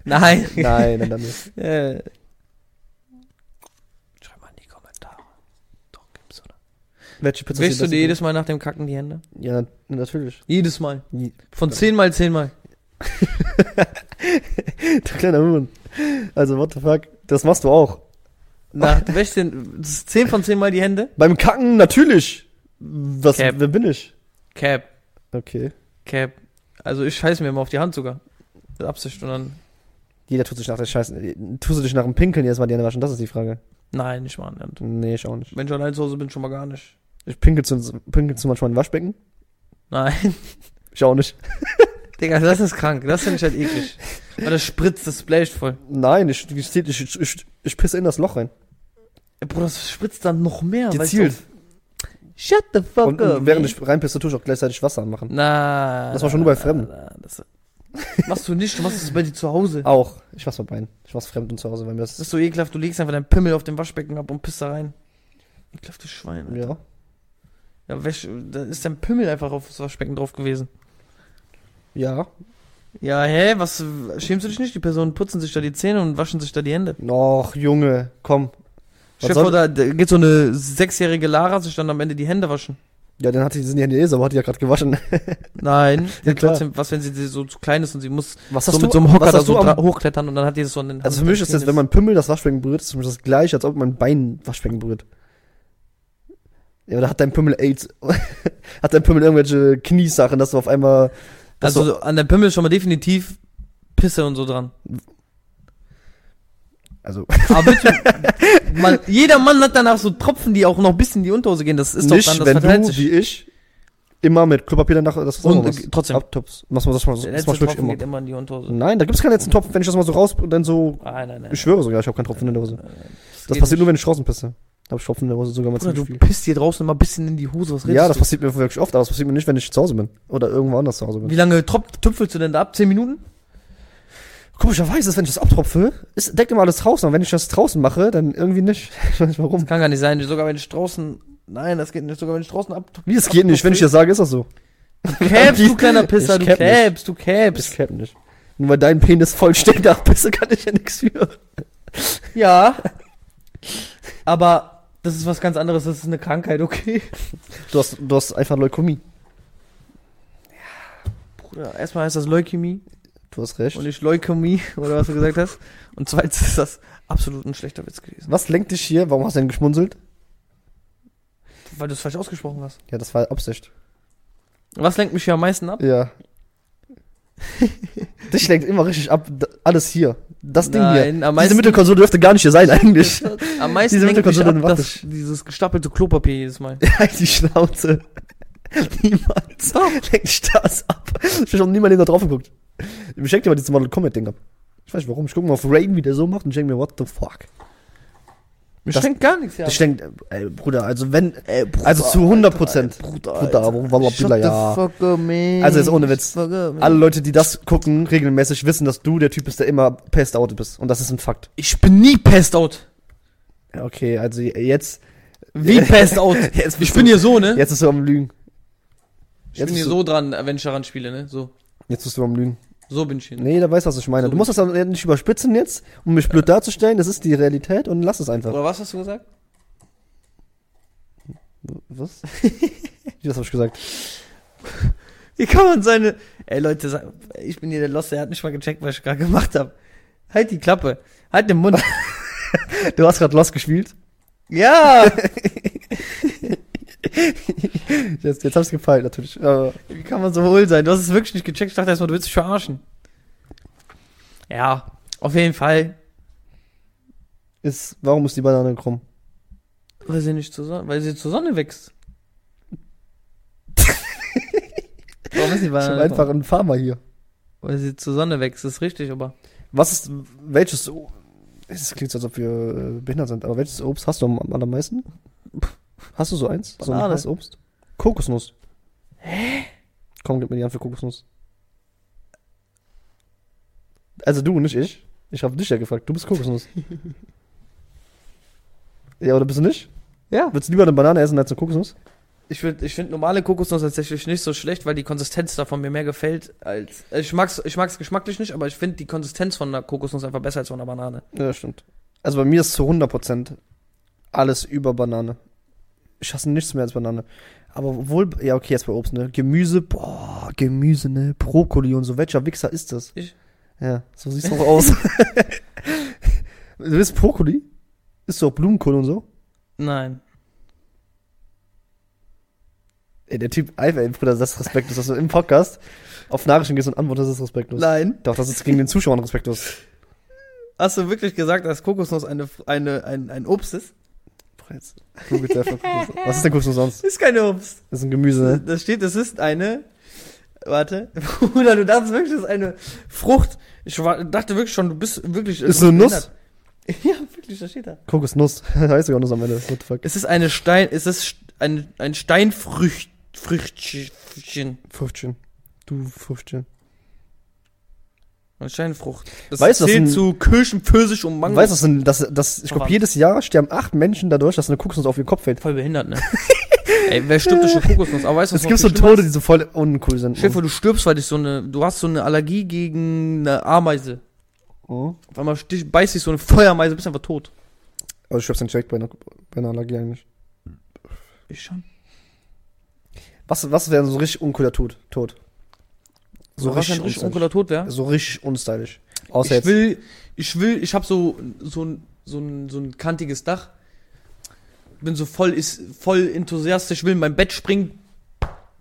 Speaker 2: Nein.
Speaker 1: Nein, nein, nein. nicht.
Speaker 2: Äh. Schreib mal in die Kommentare. Doch, gibt's oder?
Speaker 1: Welche Pizza
Speaker 2: Wäschst du
Speaker 1: ist
Speaker 2: dir
Speaker 1: die
Speaker 2: jedes Mal nach dem Kacken die Hände?
Speaker 1: beste? Ja, na- natürlich.
Speaker 2: Jedes Mal.
Speaker 1: Je-
Speaker 2: Von zehnmal zehnmal.
Speaker 1: Du kleiner Huren. Also, what the fuck? Das machst du auch.
Speaker 2: Nach, du wäschst den, das ist zehn von zehnmal die Hände?
Speaker 1: Beim Kacken, natürlich. Was,
Speaker 2: Cap.
Speaker 1: wer bin ich?
Speaker 2: Cap,
Speaker 1: Okay.
Speaker 2: Cap. Also ich scheiße mir immer auf die Hand sogar. Mit Absicht und dann.
Speaker 1: Jeder tut sich nach der Scheiße. äh, Tust du dich nach dem Pinkeln jedes Mal die Hände waschen? Das ist die Frage.
Speaker 2: Nein, nicht mal an der Hand.
Speaker 1: Nee, ich auch nicht.
Speaker 2: Wenn ich allein zu Hause bin, schon mal gar nicht.
Speaker 1: Ich pinkelst du, pinkelst du manchmal in ein Waschbecken?
Speaker 2: Nein.
Speaker 1: Ich auch nicht.
Speaker 2: Digga, das ist krank. Das finde ich halt eklig. Weil das spritzt, das splasht voll.
Speaker 1: Nein, ich, ich, ich, ich, ich pisse in das Loch rein.
Speaker 2: Ey, Bruder, das spritzt dann noch mehr. weil es
Speaker 1: Gezielt.
Speaker 2: so- Shut the fuck
Speaker 1: Und,
Speaker 2: up.
Speaker 1: und während
Speaker 2: man.
Speaker 1: ich reinpisse, tue ich auch gleichzeitig Wasser anmachen.
Speaker 2: Na.
Speaker 1: Das war schon
Speaker 2: na,
Speaker 1: nur bei
Speaker 2: na,
Speaker 1: Fremden.
Speaker 2: na, das- Machst du nicht, du machst es bei dir zu Hause.
Speaker 1: Auch. Ich mach's mit beiden. Ich mach's fremd und zu Hause, weil mir das
Speaker 2: Das ist so ekelhaft, du legst einfach deinen Pimmel auf dem Waschbecken ab und pisst da rein. Ekelhaftes Schwein. Alter.
Speaker 1: Ja.
Speaker 2: Ja, wäsch, da ist dein Pimmel einfach auf das Waschbecken drauf gewesen.
Speaker 1: Ja.
Speaker 2: Ja, hä? Was schämst du dich nicht? Die Personen putzen sich da die Zähne und waschen sich da die Hände.
Speaker 1: Och, Junge, komm. Was
Speaker 2: Stell dir
Speaker 1: soll-
Speaker 2: vor, da, da geht so eine sechsjährige Lara sich dann am Ende die Hände waschen.
Speaker 1: Ja, dann hatte ich sind ja in die Eser, aber hat die ja gerade gewaschen.
Speaker 2: Nein,
Speaker 1: Ja, klar.
Speaker 2: trotzdem, was wenn sie so zu klein ist und sie muss
Speaker 1: Was
Speaker 2: so mit so einem Hocker
Speaker 1: was
Speaker 2: da
Speaker 1: hast
Speaker 2: so
Speaker 1: du
Speaker 2: dra-
Speaker 1: am,
Speaker 2: hochklettern und dann hat die das so an den
Speaker 1: Also für mich ist das, wenn man Pimmel das Waschbecken berührt, ist für mich das gleiche, als ob mein Bein Waschbecken berührt. Ja, oder hat dein Pimmel AIDS? hat dein Pimmel irgendwelche Kniesachen, dass du auf einmal. dass
Speaker 2: Also an der Pimmel ist schon mal definitiv Pisse und so dran.
Speaker 1: Also,
Speaker 2: Aber bitte, man, jeder Mann hat danach so Tropfen, die auch noch bis in die Unterhose gehen. Das ist
Speaker 1: nicht,
Speaker 2: doch dann, das
Speaker 1: wenn
Speaker 2: verteilt
Speaker 1: du,
Speaker 2: sich.
Speaker 1: wie ich, immer mit Klopapier danach das sauber
Speaker 2: Und,
Speaker 1: machst.
Speaker 2: äh, trotzdem.
Speaker 1: Abtupst. Machst du das mal so.
Speaker 2: Der
Speaker 1: Das
Speaker 2: letzte
Speaker 1: machst du wirklich
Speaker 2: Tropfen
Speaker 1: immer.
Speaker 2: geht immer in die Unterhose.
Speaker 1: Nein, da gibt's keinen letzten Topf, wenn ich das mal so raus und dann so.
Speaker 2: Ah, nein, nein.
Speaker 1: Ich schwöre sogar, ich habe keinen Tropfen in der Hose.
Speaker 2: das
Speaker 1: Das
Speaker 2: Äh, geht
Speaker 1: passiert
Speaker 2: nicht.
Speaker 1: nur, wenn ich draußen pisse. Da hab ich Tropfen in der Hose sogar mal
Speaker 2: Bruder,
Speaker 1: ziemlich
Speaker 2: du
Speaker 1: viel.
Speaker 2: pisst hier draußen immer ein bisschen in die Hose. Was redest
Speaker 1: Ja, das
Speaker 2: du?
Speaker 1: passiert mir wirklich oft, aber das passiert mir nicht, wenn ich zu Hause bin. Oder irgendwo anders zu Hause bin.
Speaker 2: Wie lange tropf- tüpfelst du denn da ab? Zehn Minuten?
Speaker 1: Komischerweise ist, wenn ich das abtropfe, ist, denkt immer alles draußen. Und wenn ich das draußen mache, dann irgendwie nicht. Ich weiß nicht warum.
Speaker 2: Kann gar nicht sein. Sogar wenn ich draußen. Nein, das geht nicht. Sogar wenn ich draußen ab.
Speaker 1: Wie, es geht nicht. Wenn ich das sage, ist das so.
Speaker 2: Käbst, du kleiner Pisser.
Speaker 1: Ich
Speaker 2: Du
Speaker 1: cap nicht.
Speaker 2: käbst, du
Speaker 1: Ich
Speaker 2: käbst.
Speaker 1: cap nicht. Nur weil dein Penis voll steht, da bist du, kann ich ja nichts für.
Speaker 2: Ja. Aber das ist was ganz anderes. Das ist eine Krankheit, okay?
Speaker 1: Du hast, du hast einfach Leukämie.
Speaker 2: Bruder, erstmal heißt das Leukämie.
Speaker 1: Du hast recht.
Speaker 2: und nicht Leukämie oder was du gesagt hast. Und zweitens ist das absolut ein schlechter Witz gewesen.
Speaker 1: Was lenkt dich hier? Warum hast du denn geschmunzelt?
Speaker 2: Weil du es falsch ausgesprochen hast.
Speaker 1: Ja, das war Absicht.
Speaker 2: Was lenkt mich hier am meisten ab?
Speaker 1: Ja. dich lenkt immer richtig ab. D- Alles hier. Das Ding hier.
Speaker 2: Nein,
Speaker 1: Diese
Speaker 2: am meisten,
Speaker 1: Mittelkonsole dürfte gar nicht hier sein, eigentlich.
Speaker 2: am meisten
Speaker 1: diese
Speaker 2: lenkt mich
Speaker 1: Mittelkonsole
Speaker 2: ab,
Speaker 1: macht
Speaker 2: das, dieses gestapelte Klopapier jedes Mal.
Speaker 1: Halt die Schnauze. Niemals. Lenkt dich das ab. Ich habe noch niemand da drauf geguckt. Ich schenke dir mal dieses Model Comet Ding ab. Ich weiß nicht warum. Ich gucke mal auf Raiden, wie der so macht und denke mir, what the fuck.
Speaker 2: Mir
Speaker 1: Das-
Speaker 2: schenkt gar nichts her.
Speaker 1: Ich denke, ey, Bruder, also wenn,
Speaker 2: Ey, Bruder,
Speaker 1: also zu 100 Prozent.
Speaker 2: Bruder,
Speaker 1: Bruder, aber Wallah, ja.
Speaker 2: fuck up, man.
Speaker 1: Also jetzt ohne Witz.
Speaker 2: Fuck up, man.
Speaker 1: Alle Leute, die das gucken, regelmäßig wissen, dass du der Typ bist, der immer pest out bist. Und das ist ein Fakt.
Speaker 2: Ich bin nie passed out.
Speaker 1: Ja, Okay, also jetzt,
Speaker 2: Wie passed out?
Speaker 1: Jetzt bist
Speaker 2: ich bin hier so, ne?
Speaker 1: jetzt bist du am Lügen.
Speaker 2: ich
Speaker 1: jetzt
Speaker 2: bin hier
Speaker 1: bist
Speaker 2: so dran, wenn ich daran spiele, ne? So.
Speaker 1: Jetzt bist du am Lügen.
Speaker 2: So bin ich hier.
Speaker 1: Nee, da weißt du, was ich meine.
Speaker 2: So
Speaker 1: Du musst das dann nicht überspitzen jetzt, um mich blöd darzustellen. Das ist die Realität und lass es einfach.
Speaker 2: Oder was hast du gesagt?
Speaker 1: Was? Wie, das hab ich gesagt?
Speaker 2: Wie kann man seine. Ey Leute, sa- ich bin hier der Lost, der hat nicht mal gecheckt, was ich gerade gemacht habe. Halt die Klappe. Halt den Mund.
Speaker 1: Du hast gerade Lost gespielt.
Speaker 2: ja!
Speaker 1: Jetzt, jetzt hab ich's gefeilt, natürlich. Aber
Speaker 2: Wie kann man so hohl sein? Du hast es wirklich nicht gecheckt. Ich dachte erstmal, du willst dich verarschen. Ja, auf jeden Fall.
Speaker 1: ist, warum ist die Banane krumm?
Speaker 2: Weil sie nicht zur Sonne, weil sie zur Sonne wächst. Warum ist sie
Speaker 1: Ich hab einfach einen Farmer hier.
Speaker 2: Weil sie zur Sonne wächst, ist richtig, aber.
Speaker 1: Was ist, welches, O- es klingt so, als ob wir äh, behindert sind, aber welches Obst hast du am am allermeisten? Hast du so eins? So ein
Speaker 2: Banane.
Speaker 1: krasses Obst? Kokosnuss. Hä? Komm, gib mir die Hand für Kokosnuss. Also du, nicht ich. Ich habe dich ja gefragt. Du bist Kokosnuss. ja, oder bist du nicht?
Speaker 2: Ja.
Speaker 1: Willst du lieber eine Banane essen als eine Kokosnuss?
Speaker 2: Ich finde ich find normale Kokosnuss tatsächlich nicht so schlecht, weil die Konsistenz davon mir mehr gefällt als. Ich mag's, ich mag's geschmacklich nicht, aber ich finde die Konsistenz von einer Kokosnuss einfach besser als von einer Banane.
Speaker 1: Ja, stimmt. Also bei mir ist zu 100% alles über Banane. Ich hasse nichts mehr als Banane. Aber obwohl, ja, okay, jetzt bei Obst, ne? Gemüse, boah, Gemüse, ne? Brokkoli und so. Welcher Wichser ist das?
Speaker 2: Ich?
Speaker 1: Ja, so siehst du auch aus. du bist Brokkoli? Ist doch Blumenkohl und so?
Speaker 2: Nein.
Speaker 1: Ey, der Typ, Alter, ey, Bruder, das ist respektlos, dass du im Podcast auf Nachrichten gehst und antwortest, das ist respektlos.
Speaker 2: Nein.
Speaker 1: Doch, das ist gegen den Zuschauern respektlos.
Speaker 2: Hast du wirklich gesagt, dass Kokosnuss eine, eine, ein, ein Obst ist?
Speaker 1: Boah, jetzt. Du geht's einfach. Was ist denn Kokosnuss sonst?
Speaker 2: Das ist kein Obst.
Speaker 1: Das ist ein Gemüse, ne?
Speaker 2: Da steht, es ist eine. Warte. Bruder, du dachtest wirklich, es ist eine Frucht. Ich war, dachte wirklich schon, du bist wirklich.
Speaker 1: Ist so eine Nuss?
Speaker 2: Ja, wirklich, da steht da.
Speaker 1: Kokosnuss. heißt sogar Nuss am Ende. What the fuck?
Speaker 2: Es ist eine Stein. Es ist st- ein, ein Steinfrücht. Früchtchen.
Speaker 1: 15. Du 15.
Speaker 2: Eine Steinfrucht. Das
Speaker 1: Weißt du, was
Speaker 2: zählt
Speaker 1: ein-
Speaker 2: zu Kirschen, Pfirsich und Mango.
Speaker 1: Weißt du, was denn, dass, dass, ich glaube,
Speaker 2: Verwandt.
Speaker 1: jedes Jahr sterben acht Menschen dadurch, dass eine Kokosnuss auf ihr Kopf fällt.
Speaker 2: Voll behindert, ne? Ey, wer stirbt durch eine Kokosnuss? Aber weißt du,
Speaker 1: Es
Speaker 2: was
Speaker 1: gibt
Speaker 2: noch
Speaker 1: so
Speaker 2: viel schlimmer
Speaker 1: Tode, die so voll uncool
Speaker 2: ist?
Speaker 1: sind.
Speaker 2: Stell dir vor, du stirbst, weil dich so eine, du hast so eine Allergie gegen eine Ameise.
Speaker 1: Mhm.
Speaker 2: Auf einmal stich, beißt dich so eine Feuerameise, bist einfach tot.
Speaker 1: Also, ich hab's nicht direkt bei einer, bei einer Allergie eigentlich.
Speaker 2: Ich schon.
Speaker 1: Was, was wäre so richtig uncooler Tod? Tod? So
Speaker 2: was ein
Speaker 1: richtig,
Speaker 2: richtig
Speaker 1: unstylisch.
Speaker 2: uncooler Tod wäre?
Speaker 1: So richtig unstylisch. Außer
Speaker 2: ich
Speaker 1: jetzt.
Speaker 2: will, ich will, ich habe so so ein, so ein so ein kantiges Dach. Bin so voll ist voll enthusiastisch, will in mein Bett springen.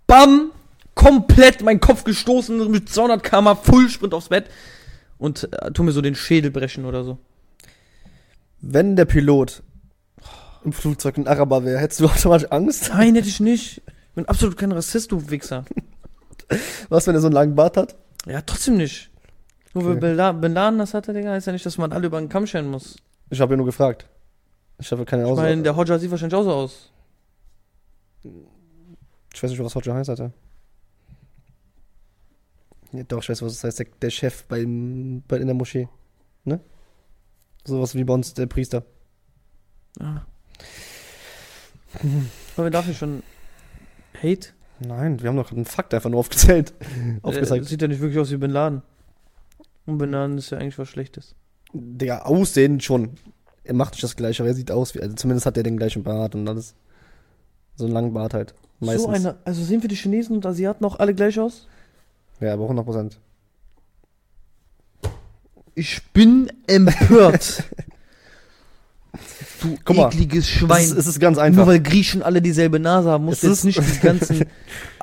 Speaker 2: Bam! Komplett mein Kopf gestoßen mit 200 km Full Sprint aufs Bett und äh, tu mir so den Schädel brechen oder so.
Speaker 1: Wenn der Pilot im Flugzeug ein Araber wäre, hättest du automatisch Angst?
Speaker 2: Nein, hätte ich nicht. Ich bin absolut kein Rassist, du Wichser.
Speaker 1: Was, wenn er so einen langen Bart hat?
Speaker 2: Ja, trotzdem nicht. Nur weil
Speaker 1: Okay.
Speaker 2: Bin La- Bin Laden das hatte, Digga, heißt ja nicht, dass man alle über den Kamm scheren muss.
Speaker 1: Ich habe ja nur gefragt. Ich habe ja keine
Speaker 2: Ich meine,
Speaker 1: Aussage.
Speaker 2: der Hodja sieht wahrscheinlich auch so aus.
Speaker 1: Ich weiß nicht, was Hodge heißt, Alter. Ja, doch, ich weiß, was das heißt. Der, der Chef beim, bei, in der Moschee. Ne? Sowas wie bei uns der Priester.
Speaker 2: Ja. Aber wir dafür schon Hate.
Speaker 1: Nein, wir haben doch einen Fakt einfach nur aufgezählt.
Speaker 2: Äh,
Speaker 1: Aufgezeigt.
Speaker 2: sieht ja nicht wirklich aus wie Bin Laden. Und Bin Laden ist ja eigentlich was Schlechtes.
Speaker 1: Digga, aussehen schon. Er macht nicht das gleiche, aber er sieht aus wie. Also zumindest hat er den gleichen Bart und alles. So einen langen Bart halt. Meistens.
Speaker 2: So eine, also sehen wir die Chinesen und Asiaten auch alle gleich aus?
Speaker 1: Ja, aber 100%.
Speaker 2: Ich bin empört. du
Speaker 1: Guck mal,
Speaker 2: ekliges
Speaker 1: Es ist, es ist ganz einfach.
Speaker 2: Nur weil Griechen alle dieselbe Nase haben, muss
Speaker 1: Es
Speaker 2: jetzt
Speaker 1: ist-
Speaker 2: nicht die ganzen.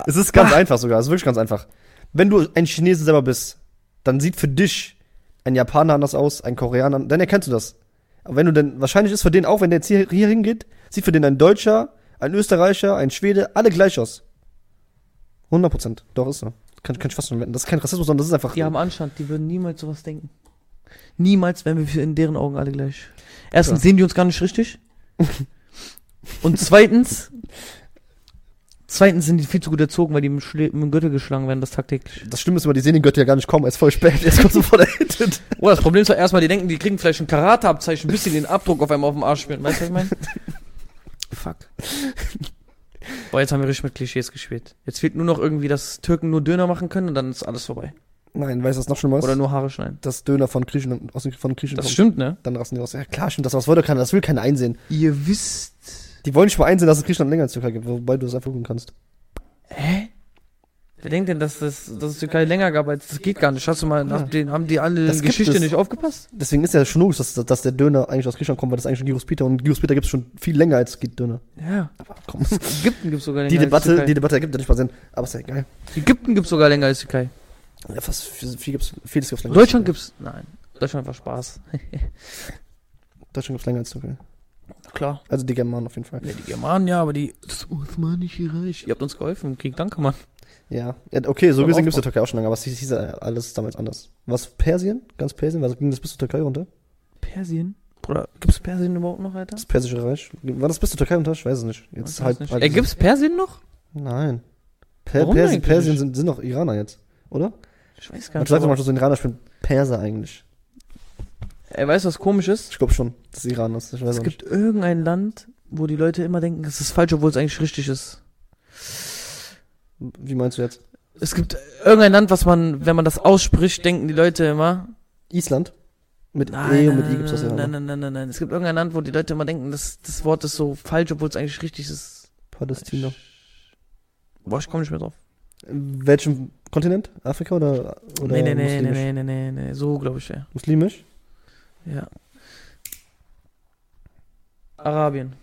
Speaker 1: Es ist
Speaker 2: Ah.
Speaker 1: ganz einfach sogar, es ist wirklich ganz einfach. Wenn du ein Chinese selber bist, dann sieht für dich ein Japaner anders aus, ein Koreaner, dann erkennst du das. Aber wenn du dann, wahrscheinlich ist für den auch, wenn der jetzt hier, hier hingeht, sieht für den ein Deutscher, ein Österreicher, ein Schwede, alle gleich aus. 100 Prozent. Doch, ist so. Kann, kann ich fast schon wetten. Das ist kein Rassismus, sondern das ist einfach.
Speaker 2: Die haben Anstand, die würden niemals sowas denken. Niemals wären wir in deren Augen alle gleich. Erstens
Speaker 1: Ja.
Speaker 2: sehen die uns gar nicht richtig. Und zweitens. Zweitens sind die viel zu gut erzogen, weil die mit, Schle- mit dem Gürtel geschlagen werden, das tagtäglich.
Speaker 1: das Schlimme ist immer, die sehen den Götter ja gar nicht kommen, er ist voll spät, er ist kurz vor der Hütte.
Speaker 2: Oh, das Problem ist doch erstmal, die denken, die kriegen vielleicht ein Karateabzeichen, bis sie den Abdruck auf einmal auf dem Arsch spielen. Weißt du, was ich meine? Fuck. Boah, jetzt haben wir richtig mit Klischees gespielt. Jetzt fehlt nur noch irgendwie, dass Türken nur Döner machen können und dann ist alles vorbei.
Speaker 1: Nein, weißt du, was noch schlimmer ist?
Speaker 2: Oder nur Haare schneiden.
Speaker 1: das Döner von Griechen, aus den, von Griechen
Speaker 2: Das
Speaker 1: kommt.
Speaker 2: stimmt, ne?
Speaker 1: Dann rasten die aus. Ja, klar, stimmt, das, was wollte keiner, das will keiner einsehen.
Speaker 2: Ihr wisst.
Speaker 1: Die wollen nicht mal einsehen, dass es Griechenland länger als Türkei gibt, wobei du es einfach googeln kannst.
Speaker 2: Hä? Wer denkt denn, dass, das, dass es Türkei länger gab? als Das geht gar nicht. Hast du mal, nach den, haben die alle
Speaker 1: Das gibt
Speaker 2: Geschichte
Speaker 1: es.
Speaker 2: nicht aufgepasst?
Speaker 1: Deswegen ist ja schon logisch, dass, dass der Döner eigentlich aus Griechenland kommt, weil das eigentlich schon Gyros Peter und Gyros Peter gibt es schon viel länger als Gi- Döner.
Speaker 2: Ja.
Speaker 1: Aber komm.
Speaker 2: Ägypten gibt's sogar länger
Speaker 1: Die
Speaker 2: als
Speaker 1: Debatte,
Speaker 2: Türkei.
Speaker 1: die Debatte ergibt ja nicht mal Sinn, aber ist ja egal.
Speaker 2: Ägypten gibt's sogar länger als Türkei.
Speaker 1: Ja, fast viel, viel gibt's, vieles gibt's länger. als
Speaker 2: Deutschland gibt's. Nein. Deutschland war Spaß.
Speaker 1: Türkei. Deutschland gibt's länger als Türkei.
Speaker 2: Klar.
Speaker 1: Also die Germanen auf jeden Fall.
Speaker 2: Ja, die Germanen ja, aber die. Das Osmanische Reich. Ihr habt uns geholfen im Krieg. Danke, Mann.
Speaker 1: Ja. ja okay, so
Speaker 2: Aber
Speaker 1: gesehen
Speaker 2: auch-
Speaker 1: gibt's die Türkei auch schon lange, aber es hieß hieß ja alles damals anders. Was Persien? Ganz Persien? Was ging das bis zur Türkei runter?
Speaker 2: Persien? Bruder, gibt's Persien überhaupt noch, Alter?
Speaker 1: Das persische Reich? War das bis zur Türkei runter? Ich weiß es nicht. Jetzt
Speaker 2: Ich weiß
Speaker 1: halt,
Speaker 2: nicht.
Speaker 1: halt
Speaker 2: Ey, gibt's Persien noch?
Speaker 1: Nein. Per
Speaker 2: Warum
Speaker 1: Persien,
Speaker 2: eigentlich
Speaker 1: Persien
Speaker 2: nicht?
Speaker 1: sind, sind doch Iraner jetzt, oder?
Speaker 2: Ich weiß gar
Speaker 1: Man
Speaker 2: nicht.
Speaker 1: sagt doch
Speaker 2: aber-
Speaker 1: mal, so ein Iraner spielen Perser eigentlich.
Speaker 2: Ey, weißt du, was komisch ist?
Speaker 1: Ich glaube schon, dass es Iran ist. Ich weiß
Speaker 2: Es
Speaker 1: auch
Speaker 2: gibt irgendein Land, wo die Leute immer denken, es ist falsch, obwohl es eigentlich richtig ist.
Speaker 1: nicht. Wie meinst du jetzt?
Speaker 2: Es gibt irgendein Land, was man, wenn man das ausspricht, denken die Leute immer.
Speaker 1: Island? Mit E und mit I gibt's das ja.
Speaker 2: nein, nein,
Speaker 1: Nein,
Speaker 2: nein, nein, nein, nein. Es gibt irgendein Land, wo die Leute immer denken, das, das Wort ist so falsch, obwohl es eigentlich richtig ist.
Speaker 1: Palästina.
Speaker 2: Boah, ich komme nicht mehr drauf.
Speaker 1: In Welchem Kontinent? Afrika oder, oder eh
Speaker 2: nee, nee, nee,
Speaker 1: muslimisch?
Speaker 2: nee, nee, nee, nee, nee. So glaube ich, ja.
Speaker 1: Muslimisch?
Speaker 2: ja. Arabien.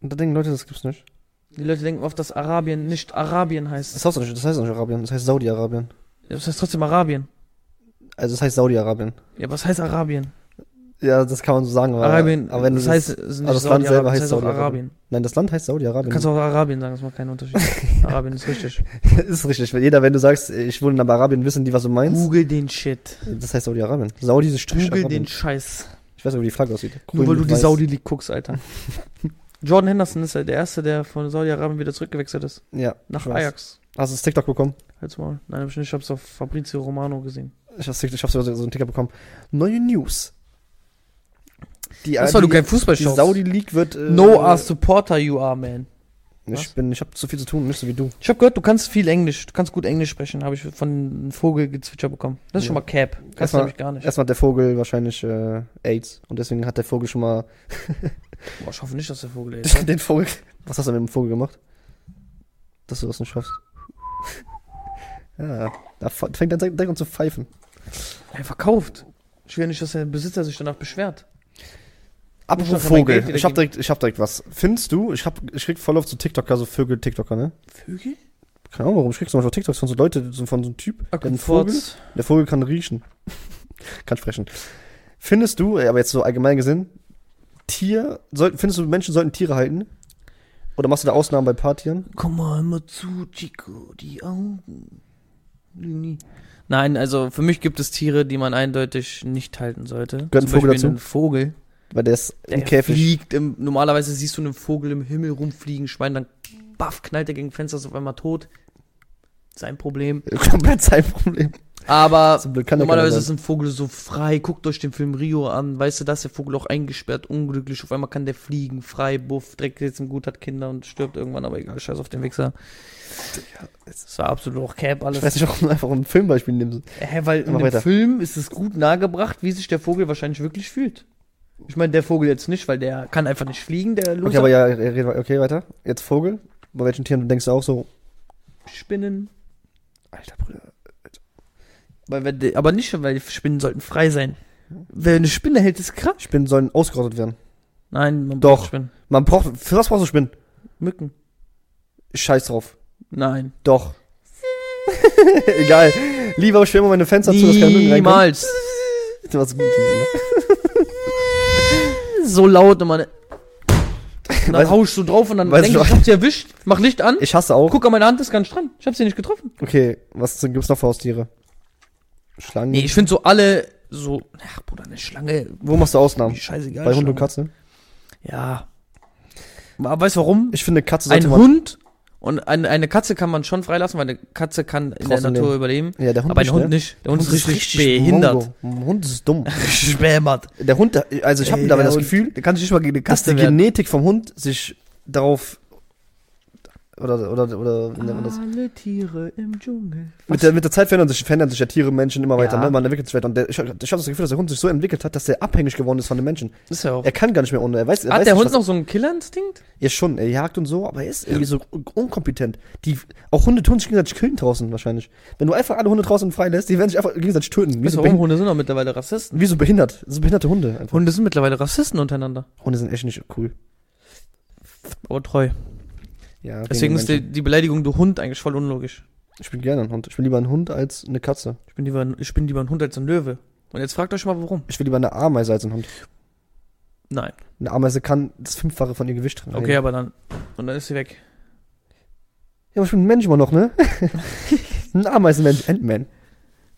Speaker 1: Und da denken Leute, das gibt's nicht.
Speaker 2: Die Leute denken oft, dass Arabien nicht Arabien heißt.
Speaker 1: Das heißt doch nicht, das heißt doch nicht Arabien, das heißt Saudi-Arabien.
Speaker 2: Das heißt trotzdem Arabien.
Speaker 1: Also das heißt Saudi-Arabien.
Speaker 2: Ja, was heißt Arabien?
Speaker 1: Ja, das kann man so sagen, aber,
Speaker 2: Arabien,
Speaker 1: aber wenn du
Speaker 2: das heißt, es ist nicht
Speaker 1: also das Land selber
Speaker 2: Saudi-Arabien,
Speaker 1: heißt
Speaker 2: das heißt auch
Speaker 1: Saudi-Arabien.
Speaker 2: Arabien.
Speaker 1: Nein, das Land heißt
Speaker 2: Du
Speaker 1: Saudi-Arabien.
Speaker 2: kannst auch Arabien sagen, das macht keinen Unterschied. Arabien ist richtig.
Speaker 1: ist richtig, weil jeder, wenn du sagst, ich wohne in Arabien, wissen die, was du meinst.
Speaker 2: Google den Shit.
Speaker 1: Das heißt Saudi-Arabien. Saudi ist Strich
Speaker 2: Google
Speaker 1: Arabien.
Speaker 2: den Scheiß.
Speaker 1: Ich weiß nicht, wie die Flagge aussieht.
Speaker 2: Nur
Speaker 1: Grün
Speaker 2: weil
Speaker 1: mit
Speaker 2: du die
Speaker 1: weiß.
Speaker 2: Saudi-League guckst, Alter. Jordan Henderson ist halt der Erste, der von Saudi-Arabien wieder zurückgewechselt ist.
Speaker 1: Ja. ich
Speaker 2: Nach
Speaker 1: weiß.
Speaker 2: Ajax.
Speaker 1: Hast du das TikTok bekommen?
Speaker 2: Halt's mal. Nein, hab ich nicht. Ich hab's auf Fabrizio Romano gesehen.
Speaker 1: Ich hab's, ich hab's so so einen Ticker bekommen. Neue News. Die,
Speaker 2: Das war
Speaker 1: die,
Speaker 2: du kein Fußball
Speaker 1: die Saudi League wird. Äh,
Speaker 2: No are supporter you are, man.
Speaker 1: Ich
Speaker 2: Was?
Speaker 1: bin, ich hab zu viel zu tun, nicht so wie du.
Speaker 2: Ich habe gehört, du kannst viel Englisch. Du kannst gut Englisch sprechen, habe ich von einem Vogel gezwitscher bekommen. Das ist schon
Speaker 1: Ja.
Speaker 2: mal Cap. Kannst du
Speaker 1: Erstmal-
Speaker 2: nämlich gar nicht.
Speaker 1: Erstmal hat der Vogel wahrscheinlich äh, AIDS und deswegen hat der Vogel schon mal
Speaker 2: Boah, ich hoffe nicht, dass der Vogel ist.
Speaker 1: den Vogel. Was hast du mit dem Vogel gemacht? dass du das nicht schaffst. ja, da fa- fängt dann direkt an zu pfeifen.
Speaker 2: Er verkauft. Ich will ja nicht, dass der Besitzer sich danach beschwert.
Speaker 1: Apropos
Speaker 2: doch mein Geld
Speaker 1: Vogel,
Speaker 2: wieder
Speaker 1: ich hab,
Speaker 2: geben.
Speaker 1: direkt, ich hab direkt was. Findest du, ich, hab, ich krieg voll oft so TikToker, so Vögel-TikToker, ne?
Speaker 2: Vögel?
Speaker 1: Keine Ahnung, warum ich krieg so manchmal TikToks von so Leute, so von so einem Typ, der hat einen Vogel,
Speaker 2: Akkurz.
Speaker 1: der Vogel kann riechen. kann sprechen. Findest du, äh, aber jetzt so allgemein gesehen, Tier, sollten, findest du, Menschen sollten Tiere halten? Oder machst du da Ausnahmen bei Paartieren?
Speaker 2: Komm mal immer zu, Chico, die Augen. Nie. Nein, also für mich gibt es Tiere, die man eindeutig nicht halten sollte.
Speaker 1: Gehört ein Vogel
Speaker 2: Beispiel
Speaker 1: dazu?
Speaker 2: Ein Vogel.
Speaker 1: Weil der ist
Speaker 2: Der
Speaker 1: im Käfig.
Speaker 2: fliegt. Im, normalerweise siehst du einen Vogel im Himmel rumfliegen, Schwein, dann baff, knallt er gegen ein Fenster, ist auf einmal tot. Sein Problem.
Speaker 1: Komplett sein Problem.
Speaker 2: Aber
Speaker 1: Zum Glück kann der
Speaker 2: normalerweise
Speaker 1: keiner
Speaker 2: ist ein Vogel so frei. Guckt euch den Film Rio an. Weißt du, da ist der Vogel auch eingesperrt, unglücklich. Auf einmal kann der fliegen, frei, buff, direkt jetzt im Gut hat Kinder und stirbt irgendwann, aber egal, scheiß auf den Wichser. Das war absolut auch Cap alles.
Speaker 1: Ich weiß nicht, warum du einfach ein Filmbeispiel nimmst.
Speaker 2: Hä, weil in
Speaker 1: Mach
Speaker 2: dem
Speaker 1: weiter.
Speaker 2: Film ist es gut nahegebracht, wie sich der Vogel wahrscheinlich wirklich fühlt. Ich meine, der Vogel jetzt nicht, weil der kann einfach nicht fliegen, der
Speaker 1: Okay,
Speaker 2: Loser.
Speaker 1: aber ja, red- okay, weiter. Jetzt Vogel. Bei welchen Tieren denkst du auch so,
Speaker 2: Spinnen.
Speaker 1: alter Bruder,
Speaker 2: Weil, wenn die- aber nicht, weil die Spinnen sollten frei sein. Wer eine Spinne hält, ist krank.
Speaker 1: Spinnen sollen ausgerottet werden.
Speaker 2: Nein, man
Speaker 1: Doch.
Speaker 2: braucht Spinnen.
Speaker 1: Man braucht, für was brauchst du Spinnen?
Speaker 2: Mücken.
Speaker 1: Scheiß drauf.
Speaker 2: Nein.
Speaker 1: Doch. Egal. Lieber schwimmen meine Fenster zu, dass keine Mücken reinkommen.
Speaker 2: Niemals.
Speaker 1: Das war so gut. ne?
Speaker 2: So laut und man. Dann
Speaker 1: Weißt-
Speaker 2: hausch so drauf und dann
Speaker 1: weißt
Speaker 2: denk ich,
Speaker 1: du-
Speaker 2: ich hab sie erwischt, mach Licht an. Oh,
Speaker 1: Ich hasse auch.
Speaker 2: Guck an, meine Hand ist ganz dran. Ich hab sie nicht getroffen.
Speaker 1: Okay, was sind- gibt's noch für Haustiere? Schlangen.
Speaker 2: Nee, ich finde so alle so. Ach, Bruder, eine Schlange.
Speaker 1: Wo machst du Ausnahmen?
Speaker 2: Scheißegal.
Speaker 1: Bei Hund und
Speaker 2: Schlange.
Speaker 1: Katze?
Speaker 2: Ja. Aber weißt du warum?
Speaker 1: Ich finde, Katze sollte
Speaker 2: Ein
Speaker 1: man.
Speaker 2: Hund und eine, eine Katze kann man schon freilassen, weil eine Katze kann in der
Speaker 1: Draußen
Speaker 2: Natur überleben.
Speaker 1: Ja, der Hund
Speaker 2: Aber ein
Speaker 1: nicht,
Speaker 2: Hund
Speaker 1: ne?
Speaker 2: nicht. Der Hund,
Speaker 1: Hund
Speaker 2: ist richtig, behindert.
Speaker 1: Mongo. Ein Hund ist dumm.
Speaker 2: Richtig behämmert.
Speaker 1: Der Hund, also ich habe
Speaker 2: Ey,
Speaker 1: dabei
Speaker 2: der
Speaker 1: das
Speaker 2: Hund,
Speaker 1: Gefühl,
Speaker 2: Der kann sich nicht mal gegen eine
Speaker 1: dass die
Speaker 2: Katze wehren.
Speaker 1: Genetik vom Hund sich darauf oder oder oder wie nennt man das?
Speaker 2: Alle Tiere im Dschungel.
Speaker 1: Mit der, mit der Zeit verändern sich, verändern sich ja Tiere, Menschen immer weiter.
Speaker 2: Ja.
Speaker 1: Ne? Man entwickelt sich weiter. Und der, ich, ich habe das Gefühl, dass der Hund sich so entwickelt hat, dass er abhängig geworden ist von den Menschen.
Speaker 2: Ist ja auch.
Speaker 1: Er kann gar nicht mehr ohne. Er weiß, er weiß
Speaker 2: Hat Ah, der
Speaker 1: nicht,
Speaker 2: Hund
Speaker 1: was-
Speaker 2: noch so einen Killerinstinkt?
Speaker 1: Ja, schon. Er jagt und so, aber er ist irgendwie so un- unkompetent. Die, auch Hunde tun sich gegenseitig killen draußen wahrscheinlich. Wenn du einfach alle Hunde draußen freilässt, die werden sich einfach gegenseitig töten. Wie
Speaker 2: Weißt
Speaker 1: so,
Speaker 2: du, warum?
Speaker 1: behin
Speaker 2: Also Hunde sind doch mittlerweile Rassisten.
Speaker 1: wie so behindert. So behinderte Hunde einfach.
Speaker 2: Hunde sind mittlerweile Rassisten untereinander.
Speaker 1: Hunde sind echt nicht cool.
Speaker 2: Aber treu.
Speaker 1: Ja, wegen
Speaker 2: Deswegen
Speaker 1: den
Speaker 2: ist die,
Speaker 1: Menschen.
Speaker 2: die Beleidigung du Hund eigentlich voll unlogisch.
Speaker 1: Ich bin gerne ein Hund. Ich bin lieber ein Hund als eine Katze.
Speaker 2: Ich bin lieber, ich bin lieber ein Hund als ein Löwe. Und jetzt fragt euch mal warum.
Speaker 1: Ich will lieber eine Ameise als ein Hund.
Speaker 2: Nein.
Speaker 1: Eine Ameise kann das Fünffache von ihr Gewicht tragen.
Speaker 2: Okay, aber dann. Und dann ist sie weg.
Speaker 1: Ja, aber ich bin ein Mensch immer noch, ne? ein Ameisenmensch, Ant-Man.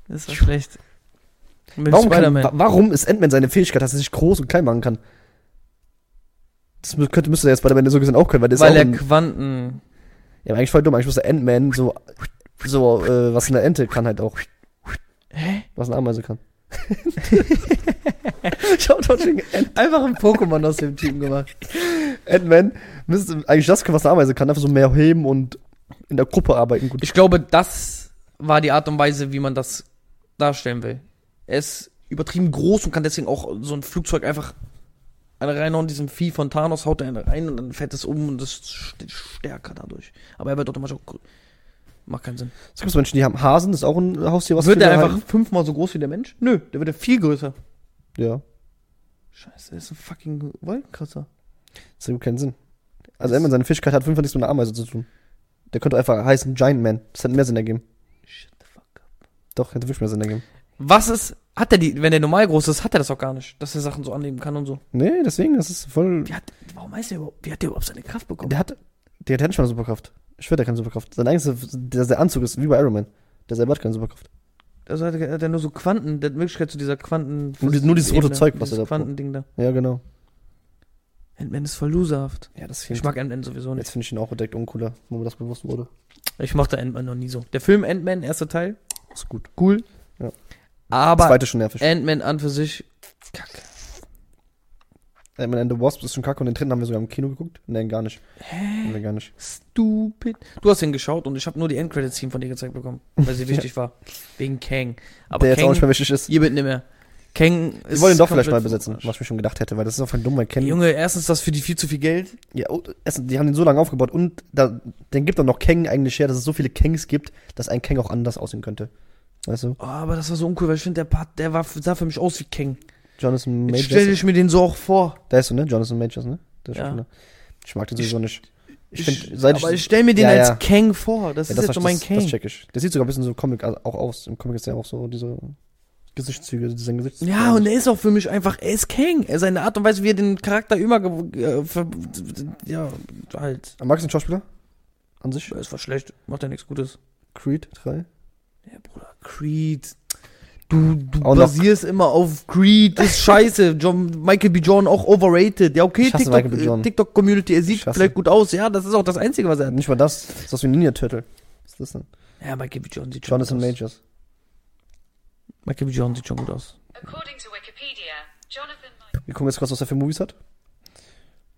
Speaker 2: Das ist doch schlecht. Mit
Speaker 1: Warum, kann,
Speaker 2: Spider-Man.
Speaker 1: wa- warum ist Ant-Man seine Fähigkeit, dass er sich groß und klein machen kann? Das mü- könnte, müsste der jetzt Spider-Man so gesehen auch können, weil der
Speaker 2: Weil
Speaker 1: ist auch
Speaker 2: er
Speaker 1: ein,
Speaker 2: Quanten.
Speaker 1: Ja, aber eigentlich voll dumm. Eigentlich müsste Ant-Man so, so äh, was eine Ente kann halt auch.
Speaker 2: Hä?
Speaker 1: Was eine Ameise kann. Schaut doch schon
Speaker 2: Einfach ein Pokémon aus dem Team gemacht.
Speaker 1: Ant-Man müsste eigentlich das können, was eine Ameise kann. Einfach so mehr heben und in der Gruppe arbeiten. Gut.
Speaker 2: Ich glaube, das war die Art und Weise, wie man das darstellen will. Er ist übertrieben groß und kann deswegen auch so ein Flugzeug einfach eine reinhauen. Diesem Vieh von Thanos haut er eine rein und dann fährt es um und ist st- stärker dadurch. Aber er wird automatisch auch. gr- Macht keinen Sinn.
Speaker 1: Es gibt so Menschen, die haben Hasen, das ist auch ein Haustier, was halt- viele
Speaker 2: wird er einfach
Speaker 1: halten.
Speaker 2: halt fünfmal so groß wie der Mensch? Nö, der wird ja viel größer.
Speaker 1: Ja,
Speaker 2: Scheiße, er ist ein fucking Wolkenkratzer.
Speaker 1: das ergibt keinen Sinn. Also Ant-Man, seine Fähigkeit hat auf jeden Fall nichts mit einer Ameise zu tun. Der könnte einfach heißen Giant Man. Das hätte mehr Sinn ergeben.
Speaker 2: Shut the fuck up.
Speaker 1: Doch, hätte wirklich mehr Sinn ergeben.
Speaker 2: Was ist, hat er die, wenn der normal groß ist, hat er das auch gar nicht, dass er Sachen so annehmen kann und so.
Speaker 1: Nee, deswegen, das ist voll.
Speaker 2: Wie hat, warum heißt der überhaupt, wie hat der überhaupt seine Kraft bekommen?
Speaker 1: Der hat, der hat ja nicht mal eine Superkraft. Ich schwör, der hat keine Superkraft. Sein eigenes, der, der Anzug ist wie bei Iron Man. Der selber hat keine Superkraft.
Speaker 2: Also hat er, hat er nur so Quanten, der hat Möglichkeit zu dieser Quanten.
Speaker 1: Nur die- nur dieses rote
Speaker 2: Ebene,
Speaker 1: Zeug, was er
Speaker 2: dieses
Speaker 1: da-
Speaker 2: Quantending da.
Speaker 1: Ja, genau.
Speaker 2: Ant-Man ist voll loserhaft.
Speaker 1: Ja, das
Speaker 2: Ich mag Ant-Man sowieso nicht.
Speaker 1: Jetzt finde ich ihn auch direkt uncooler, wo mir das bewusst wurde.
Speaker 2: Ich mochte Ant-Man noch nie so. Der Film Ant-Man, erster Teil,
Speaker 1: Ist gut. Äh,
Speaker 2: cool.
Speaker 1: Ja.
Speaker 2: Aber
Speaker 1: Zweite schon nervig.
Speaker 2: Ant-Man an für sich, kacke.
Speaker 1: Ant-Man and the Wasp ist schon kacke und den dritten haben wir sogar im Kino geguckt. Nein, gar nicht.
Speaker 2: Hä?
Speaker 1: Haben wir gar nicht.
Speaker 2: Stupid. Du hast ihn geschaut und ich habe nur die Endcredit-Scene von dir gezeigt bekommen, weil sie wichtig war. Wegen Kang. Aber
Speaker 1: der jetzt auch
Speaker 2: Kang,
Speaker 1: nicht mehr wichtig ist.
Speaker 2: ihr bitte nicht mehr. Kang
Speaker 1: Die wollen ihn doch vielleicht
Speaker 2: komplett
Speaker 1: mal
Speaker 2: vom
Speaker 1: besetzen,
Speaker 2: Arsch.
Speaker 1: was ich mir schon gedacht hätte, weil das ist auf ein dummer Ken.
Speaker 2: Junge, erstens das für die viel zu viel Geld.
Speaker 1: Ja, oh, es, die haben den so lange aufgebaut und da, dann gibt doch noch Kang eigentlich her, dass es so viele Kangs gibt, dass ein Kang auch anders aussehen könnte. Weißt du?
Speaker 2: Oh, aber das war so uncool, weil ich finde, der Part, der war, sah für mich aus wie Kang.
Speaker 1: Jonathan
Speaker 2: Jetzt stelle
Speaker 1: Majors.
Speaker 2: ich mir den so auch vor.
Speaker 1: Da ist so, ne? Jonathan Majors, ne? Der
Speaker 2: Ja.
Speaker 1: Schauspieler. Ich mag den
Speaker 2: Ich-
Speaker 1: sowieso nicht. Ich
Speaker 2: Ich-
Speaker 1: finde, seit
Speaker 2: aber ich stelle mir den
Speaker 1: Ja,
Speaker 2: als
Speaker 1: ja.
Speaker 2: Kang vor. Das
Speaker 1: Ja,
Speaker 2: ist jetzt so mein
Speaker 1: das,
Speaker 2: Kang.
Speaker 1: das check ich. Der sieht sogar ein bisschen so Comic also auch aus. Im Comic ist ja auch so diese Gesichtszüge, sein Gesicht.
Speaker 2: ja, und er ist auch für mich einfach, er ist Kang. Er seine Art und Weise, wie er den Charakter immer, ge- äh, ver- ja, halt,
Speaker 1: Magst du den Schauspieler? An sich?
Speaker 2: es war schlecht, macht ja nichts Gutes.
Speaker 1: Creed 3?
Speaker 2: Ja, Bruder, Creed. Du, du
Speaker 1: Auch noch-
Speaker 2: basierst immer auf Creed, ist scheiße. John, Michael B. Jordan auch overrated. Ja, okay,
Speaker 1: Ich hasse
Speaker 2: TikTok,
Speaker 1: Michael B.
Speaker 2: äh,
Speaker 1: Jordan.
Speaker 2: TikTok-Community, er sieht
Speaker 1: Ich hasse-
Speaker 2: vielleicht gut aus. Ja, das ist auch das Einzige, was er hat.
Speaker 1: Nicht mal das. Das ist aus wie ein Ninja Turtle. Was ist das denn?
Speaker 2: Ja, Michael B. Jordan sieht schon
Speaker 1: Jonathan
Speaker 2: gut aus.
Speaker 1: Majors.
Speaker 2: Michael B. Jordan sieht schon gut aus.
Speaker 3: According to Wikipedia, Jonathan
Speaker 1: Wir gucken jetzt kurz, was er für Movies hat.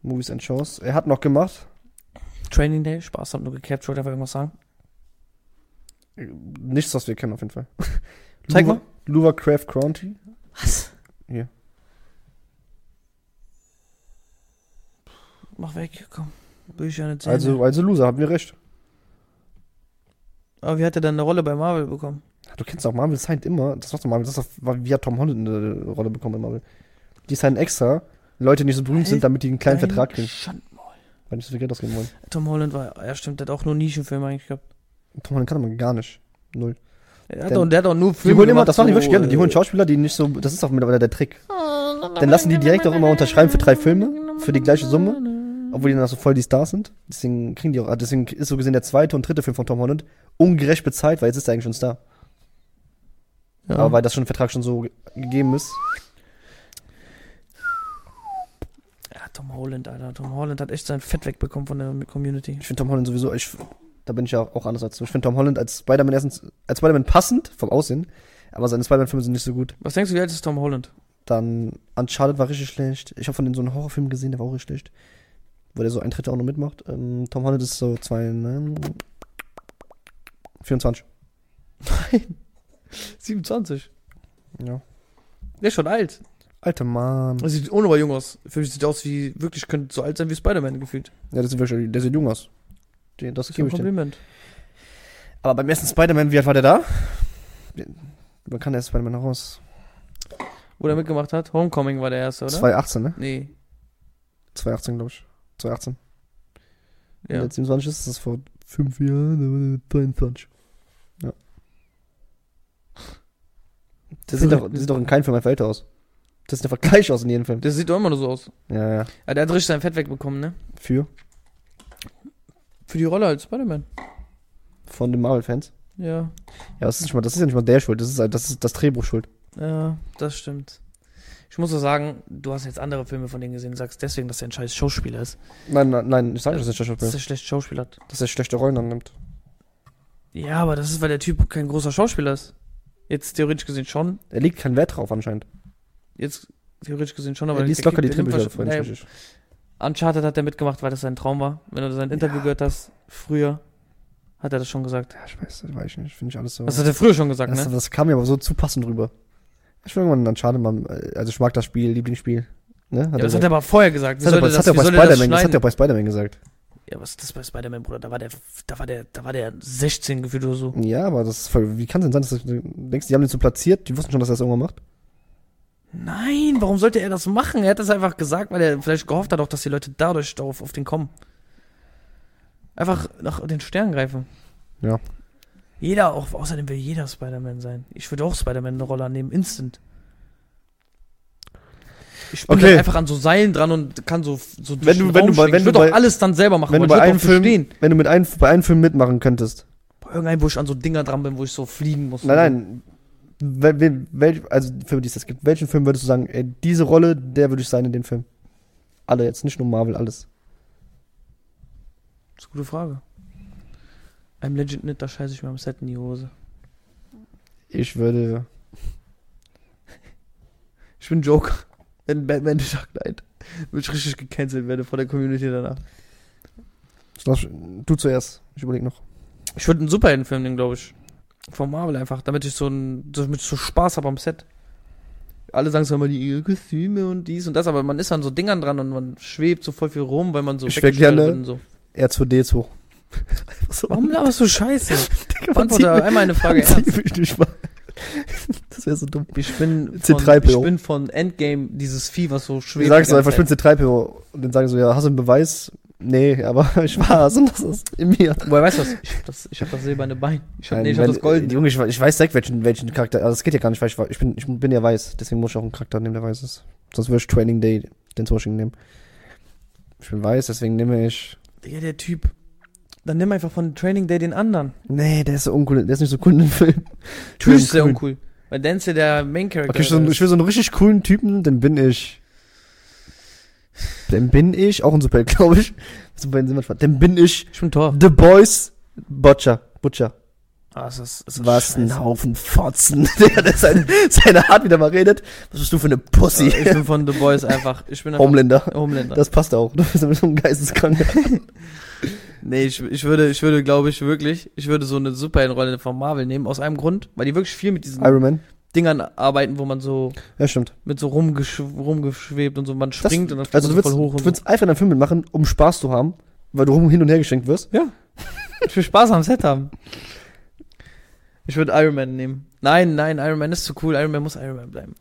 Speaker 1: Movies and Shows. Er hat noch gemacht.
Speaker 2: Training Day, Spaß, hab nur gecaptured, wollte einfach irgendwas sagen.
Speaker 1: Nichts, was wir kennen, auf jeden Fall.
Speaker 2: Zeig
Speaker 1: Luva-
Speaker 2: mal.
Speaker 1: Luva Craft County.
Speaker 2: Was?
Speaker 1: Hier.
Speaker 2: Mach weg, komm. Will ich ja nicht sehen. ne?
Speaker 1: Also, also Loser, haben wir recht.
Speaker 2: Aber wie hat er dann eine Rolle bei Marvel bekommen?
Speaker 1: Du kennst auch Marvel signed immer. Das macht doch Marvel. Das ist doch, wie hat Tom Holland eine Rolle bekommen in Marvel? Die signen extra Leute, die nicht so berühmt sind, damit die einen kleinen
Speaker 2: Dein
Speaker 1: Vertrag kriegen,
Speaker 2: Schandmaul.
Speaker 1: weil die nicht so viel Geld ausgeben wollen.
Speaker 2: Tom Holland war, ja stimmt, der hat auch nur Nischenfilme eigentlich gehabt.
Speaker 1: Tom Holland kann aber gar nicht. Null.
Speaker 2: Der hat,
Speaker 1: Denn-
Speaker 2: doch, der hat doch nur
Speaker 1: Die
Speaker 2: Filme
Speaker 1: holen immer, das machen die
Speaker 2: so,
Speaker 1: wirklich gerne. Die holen
Speaker 2: äh,
Speaker 1: Schauspieler, die nicht so. Das ist auch mittlerweile der Trick. Dann lassen die direkt auch immer unterschreiben für drei Filme, für die gleiche Summe. Obwohl die dann auch so voll die Stars sind. Deswegen kriegen die auch. Deswegen ist so gesehen der zweite und dritte Film von Tom Holland ungerecht bezahlt, weil jetzt ist er eigentlich schon Star.
Speaker 2: Ja.
Speaker 1: Aber weil das schon Vertrag schon so ge- gegeben ist.
Speaker 2: ja, Tom Holland, Alter. Tom Holland hat echt sein Fett wegbekommen von der Community.
Speaker 1: Ich finde Tom Holland sowieso, ich, da bin ich ja auch anders als du. Ich finde Tom Holland als Spider-Man erstens, als Spider-Man passend, vom Aussehen, aber seine Spider-Man-Filme sind nicht so gut.
Speaker 2: Was denkst du, wie alt ist Tom Holland?
Speaker 1: Dann Uncharted war richtig schlecht. Ich habe von denen so einen Horrorfilm gesehen, der war auch richtig schlecht. Wo der so Eintritte auch noch mitmacht. Ähm, Tom Holland ist so zwei, ne, 24.
Speaker 2: 27.
Speaker 1: Ja.
Speaker 2: Der ist schon alt.
Speaker 1: Alter Mann.
Speaker 2: Er sieht ohne mal jung aus. Für mich sieht er aus wie, wirklich könnte so alt sein wie Spider-Man gefühlt.
Speaker 1: Ja, das ist wirklich, der sieht jung aus. Den- Das
Speaker 2: ein
Speaker 1: gebe ich dir.
Speaker 2: Kompliment.
Speaker 1: Aber beim ersten Spider-Man, wie alt war der da? Man kann der Spider-Man noch raus.
Speaker 2: Wo der mitgemacht hat. Homecoming war der erste, oder?
Speaker 1: 2018, ne?
Speaker 2: Nee.
Speaker 1: 2018, glaube ich. 2018. Wenn
Speaker 2: Ja.
Speaker 1: jetzt 27 ist, ist das vor fünf Jahren, da war der 23. Ja. Der sieht, doch, der sieht doch in keinem Film einfach älter aus. Das sieht einfach gleich aus in jedem Film.
Speaker 2: Der sieht doch immer nur so aus.
Speaker 1: Ja, ja.
Speaker 2: Ja, der hat richtig sein Fett wegbekommen, ne?
Speaker 1: Für?
Speaker 2: Für die Rolle als Spider-Man.
Speaker 1: Von den Marvel-Fans.
Speaker 2: Ja.
Speaker 1: Ja, das ist, nicht mal, das ist ja nicht mal der Schuld, das ist, halt- das ist das Drehbuch schuld.
Speaker 2: Ja, das stimmt. Ich muss doch sagen, du hast jetzt andere Filme von denen gesehen und sagst deswegen, dass er ein scheiß Schauspieler ist.
Speaker 1: Nein, nein, nein ich sage nicht, dass der schlechte
Speaker 2: Dass
Speaker 1: Schauspieler
Speaker 2: er
Speaker 1: ist.
Speaker 2: schlecht Schauspieler hat.
Speaker 1: Dass er schlechte Rollen annimmt.
Speaker 2: Ja, aber das ist, weil der Typ kein großer Schauspieler ist. Jetzt theoretisch gesehen schon.
Speaker 1: Er legt keinen Wert drauf anscheinend.
Speaker 2: Jetzt theoretisch gesehen schon, aber
Speaker 1: Er liest
Speaker 2: der
Speaker 1: locker die
Speaker 2: kriegt- der nimmt
Speaker 1: Drehbücher,
Speaker 2: wahrscheinlich-
Speaker 1: Freunde.
Speaker 2: Naja,
Speaker 1: richtig.
Speaker 2: Uncharted hat er mitgemacht, weil das sein Traum war. Wenn du sein Interview gehört hast, früher, hat er das schon gesagt.
Speaker 1: Ja, ich weiß, das weiß ich nicht. Finde ich alles so.
Speaker 2: Das hat er früher schon gesagt,
Speaker 1: das,
Speaker 2: ne?
Speaker 1: das kam mir aber so zu passend rüber. Ich will irgendwann dann schade mal, äh, also ich mag das Spiel, Lieblingsspiel. Ne?
Speaker 2: Ja,
Speaker 1: er
Speaker 2: das
Speaker 1: gesagt.
Speaker 2: hat er aber vorher gesagt. Wie
Speaker 1: Das hat, er,
Speaker 2: soll
Speaker 1: das,
Speaker 2: er
Speaker 1: hat er
Speaker 2: wie
Speaker 1: bei
Speaker 2: soll er das
Speaker 1: Spider-Man, das hat
Speaker 2: schneiden?
Speaker 1: er bei Spider-Man gesagt.
Speaker 2: Ja, was ist das bei Spider-Man, Bruder? Da war der, da war der, da war der 16 gefühlt oder so.
Speaker 1: Ja, aber das ist voll, wie kann es denn sein, dass du denkst, die haben den so platziert, die wussten schon, dass er das irgendwann macht?
Speaker 2: Nein, warum sollte er das machen? Er hat das einfach gesagt, weil er vielleicht gehofft hat auch, dass die Leute dadurch darauf auf den kommen. Einfach nach den Sternen greifen.
Speaker 1: Ja.
Speaker 2: Jeder auch, außerdem will jeder Spider-Man sein. Ich würde auch Spider-Man eine Rolle annehmen, instant. Ich bin
Speaker 1: Okay.
Speaker 2: dann einfach an so Seilen dran und kann so, so durch
Speaker 1: Wenn du-
Speaker 2: den
Speaker 1: wenn
Speaker 2: Raum
Speaker 1: du bei-
Speaker 2: schwingen.
Speaker 1: wenn
Speaker 2: Ich
Speaker 1: du
Speaker 2: würde auch
Speaker 1: bei-
Speaker 2: alles dann selber machen,
Speaker 1: wenn du
Speaker 2: aber
Speaker 1: bei
Speaker 2: ich
Speaker 1: einem
Speaker 2: würd auch
Speaker 1: Film,
Speaker 2: verstehen.
Speaker 1: wenn du mit einem, bei einem Film mitmachen könntest.
Speaker 2: Boah, Irgendein, wo ich an so Dinger dran bin, wo ich so fliegen muss.
Speaker 1: Nein, nein. Wel, wel, wel, also Filme, die es das gibt. Welchen Film würdest du sagen, ey, diese Rolle, der würde ich sein in dem Film? Alle jetzt, nicht nur Marvel, alles.
Speaker 2: Das ist eine gute Frage. Einem Legend nicht, da scheiße ich mir am Set in die Hose.
Speaker 1: Ich würde.
Speaker 2: Ich bin Joker. In Batman The Dark Knight. Wenn ich richtig gecancelt werde von der Community danach.
Speaker 1: Ich glaub, du zuerst. Ich überlege noch.
Speaker 2: Ich würde einen Superheldenfilm nehmen, glaube ich. Von Marvel einfach, damit ich so einen, damit ich so Spaß habe am Set. Alle sagen so immer die ihre Kostüme und dies und das, aber man ist an so Dingern dran und man schwebt so voll viel rum, weil man so
Speaker 1: Ich wär
Speaker 2: weggestellt
Speaker 1: gerne-
Speaker 2: wird und so.
Speaker 1: R2D2. Einfach so.
Speaker 4: Warum laberst du Scheiße?
Speaker 1: Digga, man sieht
Speaker 2: Antworte
Speaker 1: mich-
Speaker 2: einmal eine Frage
Speaker 1: man sieht
Speaker 2: ernst.
Speaker 1: mich nicht mal. Das wäre so dumm.
Speaker 2: Ich bin, von,
Speaker 1: C3PO.
Speaker 2: ich bin von Endgame dieses Vieh, was so schwebt.
Speaker 1: Du sagst
Speaker 2: die
Speaker 1: so einfach,
Speaker 2: ganze
Speaker 1: ich bin C3PO. Und dann sagen sie so, ja, hast du einen Beweis? Nee, aber ich war's und das ist in mir.
Speaker 2: Zeit. Woher weißt du was? Ich hab das, ich hab das silberne Bein. Ich hab, nee, ich hab
Speaker 1: Nein,
Speaker 2: das
Speaker 1: wenn-
Speaker 2: goldene.
Speaker 1: Junge, ich, we- ich weiß direkt, welchen, welchen Charakter. Also, das geht ja gar nicht, weil ich, war- ich, bin, ich bin ja weiß. Deswegen muss ich auch einen Charakter nehmen, der weiß ist. Sonst würde ich Training Day den Swashing nehmen. Ich bin weiß, deswegen nehme ich.
Speaker 2: Digga, der Typ. Dann nimm einfach von Training Day den anderen.
Speaker 1: Nee, der ist so uncool. Der ist nicht so cool in dem Film.
Speaker 2: Typ ist
Speaker 1: Green
Speaker 2: sehr
Speaker 1: Green.
Speaker 2: uncool. Weil Dan ist ja der Main Character.
Speaker 1: Okay, ich, will so, ich will so einen richtig coolen Typen, dann bin ich. Dann bin ich, auch ein Superheld, glaube ich. Superheld sind manchmal- Dann bin ich
Speaker 2: ich bin Tor.
Speaker 1: The Boys Butcher. Butcher.
Speaker 2: Ah, es ist, es ist
Speaker 1: Was
Speaker 2: scheiße. Äh,
Speaker 1: ein Haufen Fotzen. Der, der seine, seine Art wieder mal redet. Was bist du für eine Pussy?
Speaker 2: Ich bin von The Boys einfach. Ich bin einfach
Speaker 1: Homelander.
Speaker 2: Homelander.
Speaker 1: Das passt auch. Du bist so ein Geisteskranker.
Speaker 2: nee, ich, ich würde, ich würde, glaube ich, wirklich, ich würde so eine Superheldenrolle von Marvel nehmen, aus einem Grund, weil die wirklich viel mit diesen
Speaker 1: Iron Man.
Speaker 2: Dingern arbeiten, wo man so
Speaker 1: Ja, stimmt.
Speaker 2: mit so rumgesch rumgeschwebt und so, man springt und dann
Speaker 1: also
Speaker 2: man
Speaker 1: du
Speaker 2: so
Speaker 1: willst, du
Speaker 2: und so.
Speaker 1: willst einfach einen Film mitmachen, um Spaß zu haben, weil du rum hin und her geschenkt wirst.
Speaker 2: für Spaß am Set haben. Ich würde Iron Man nehmen. Nein, nein, Iron Man ist zu cool. Iron Man muss Iron Man bleiben.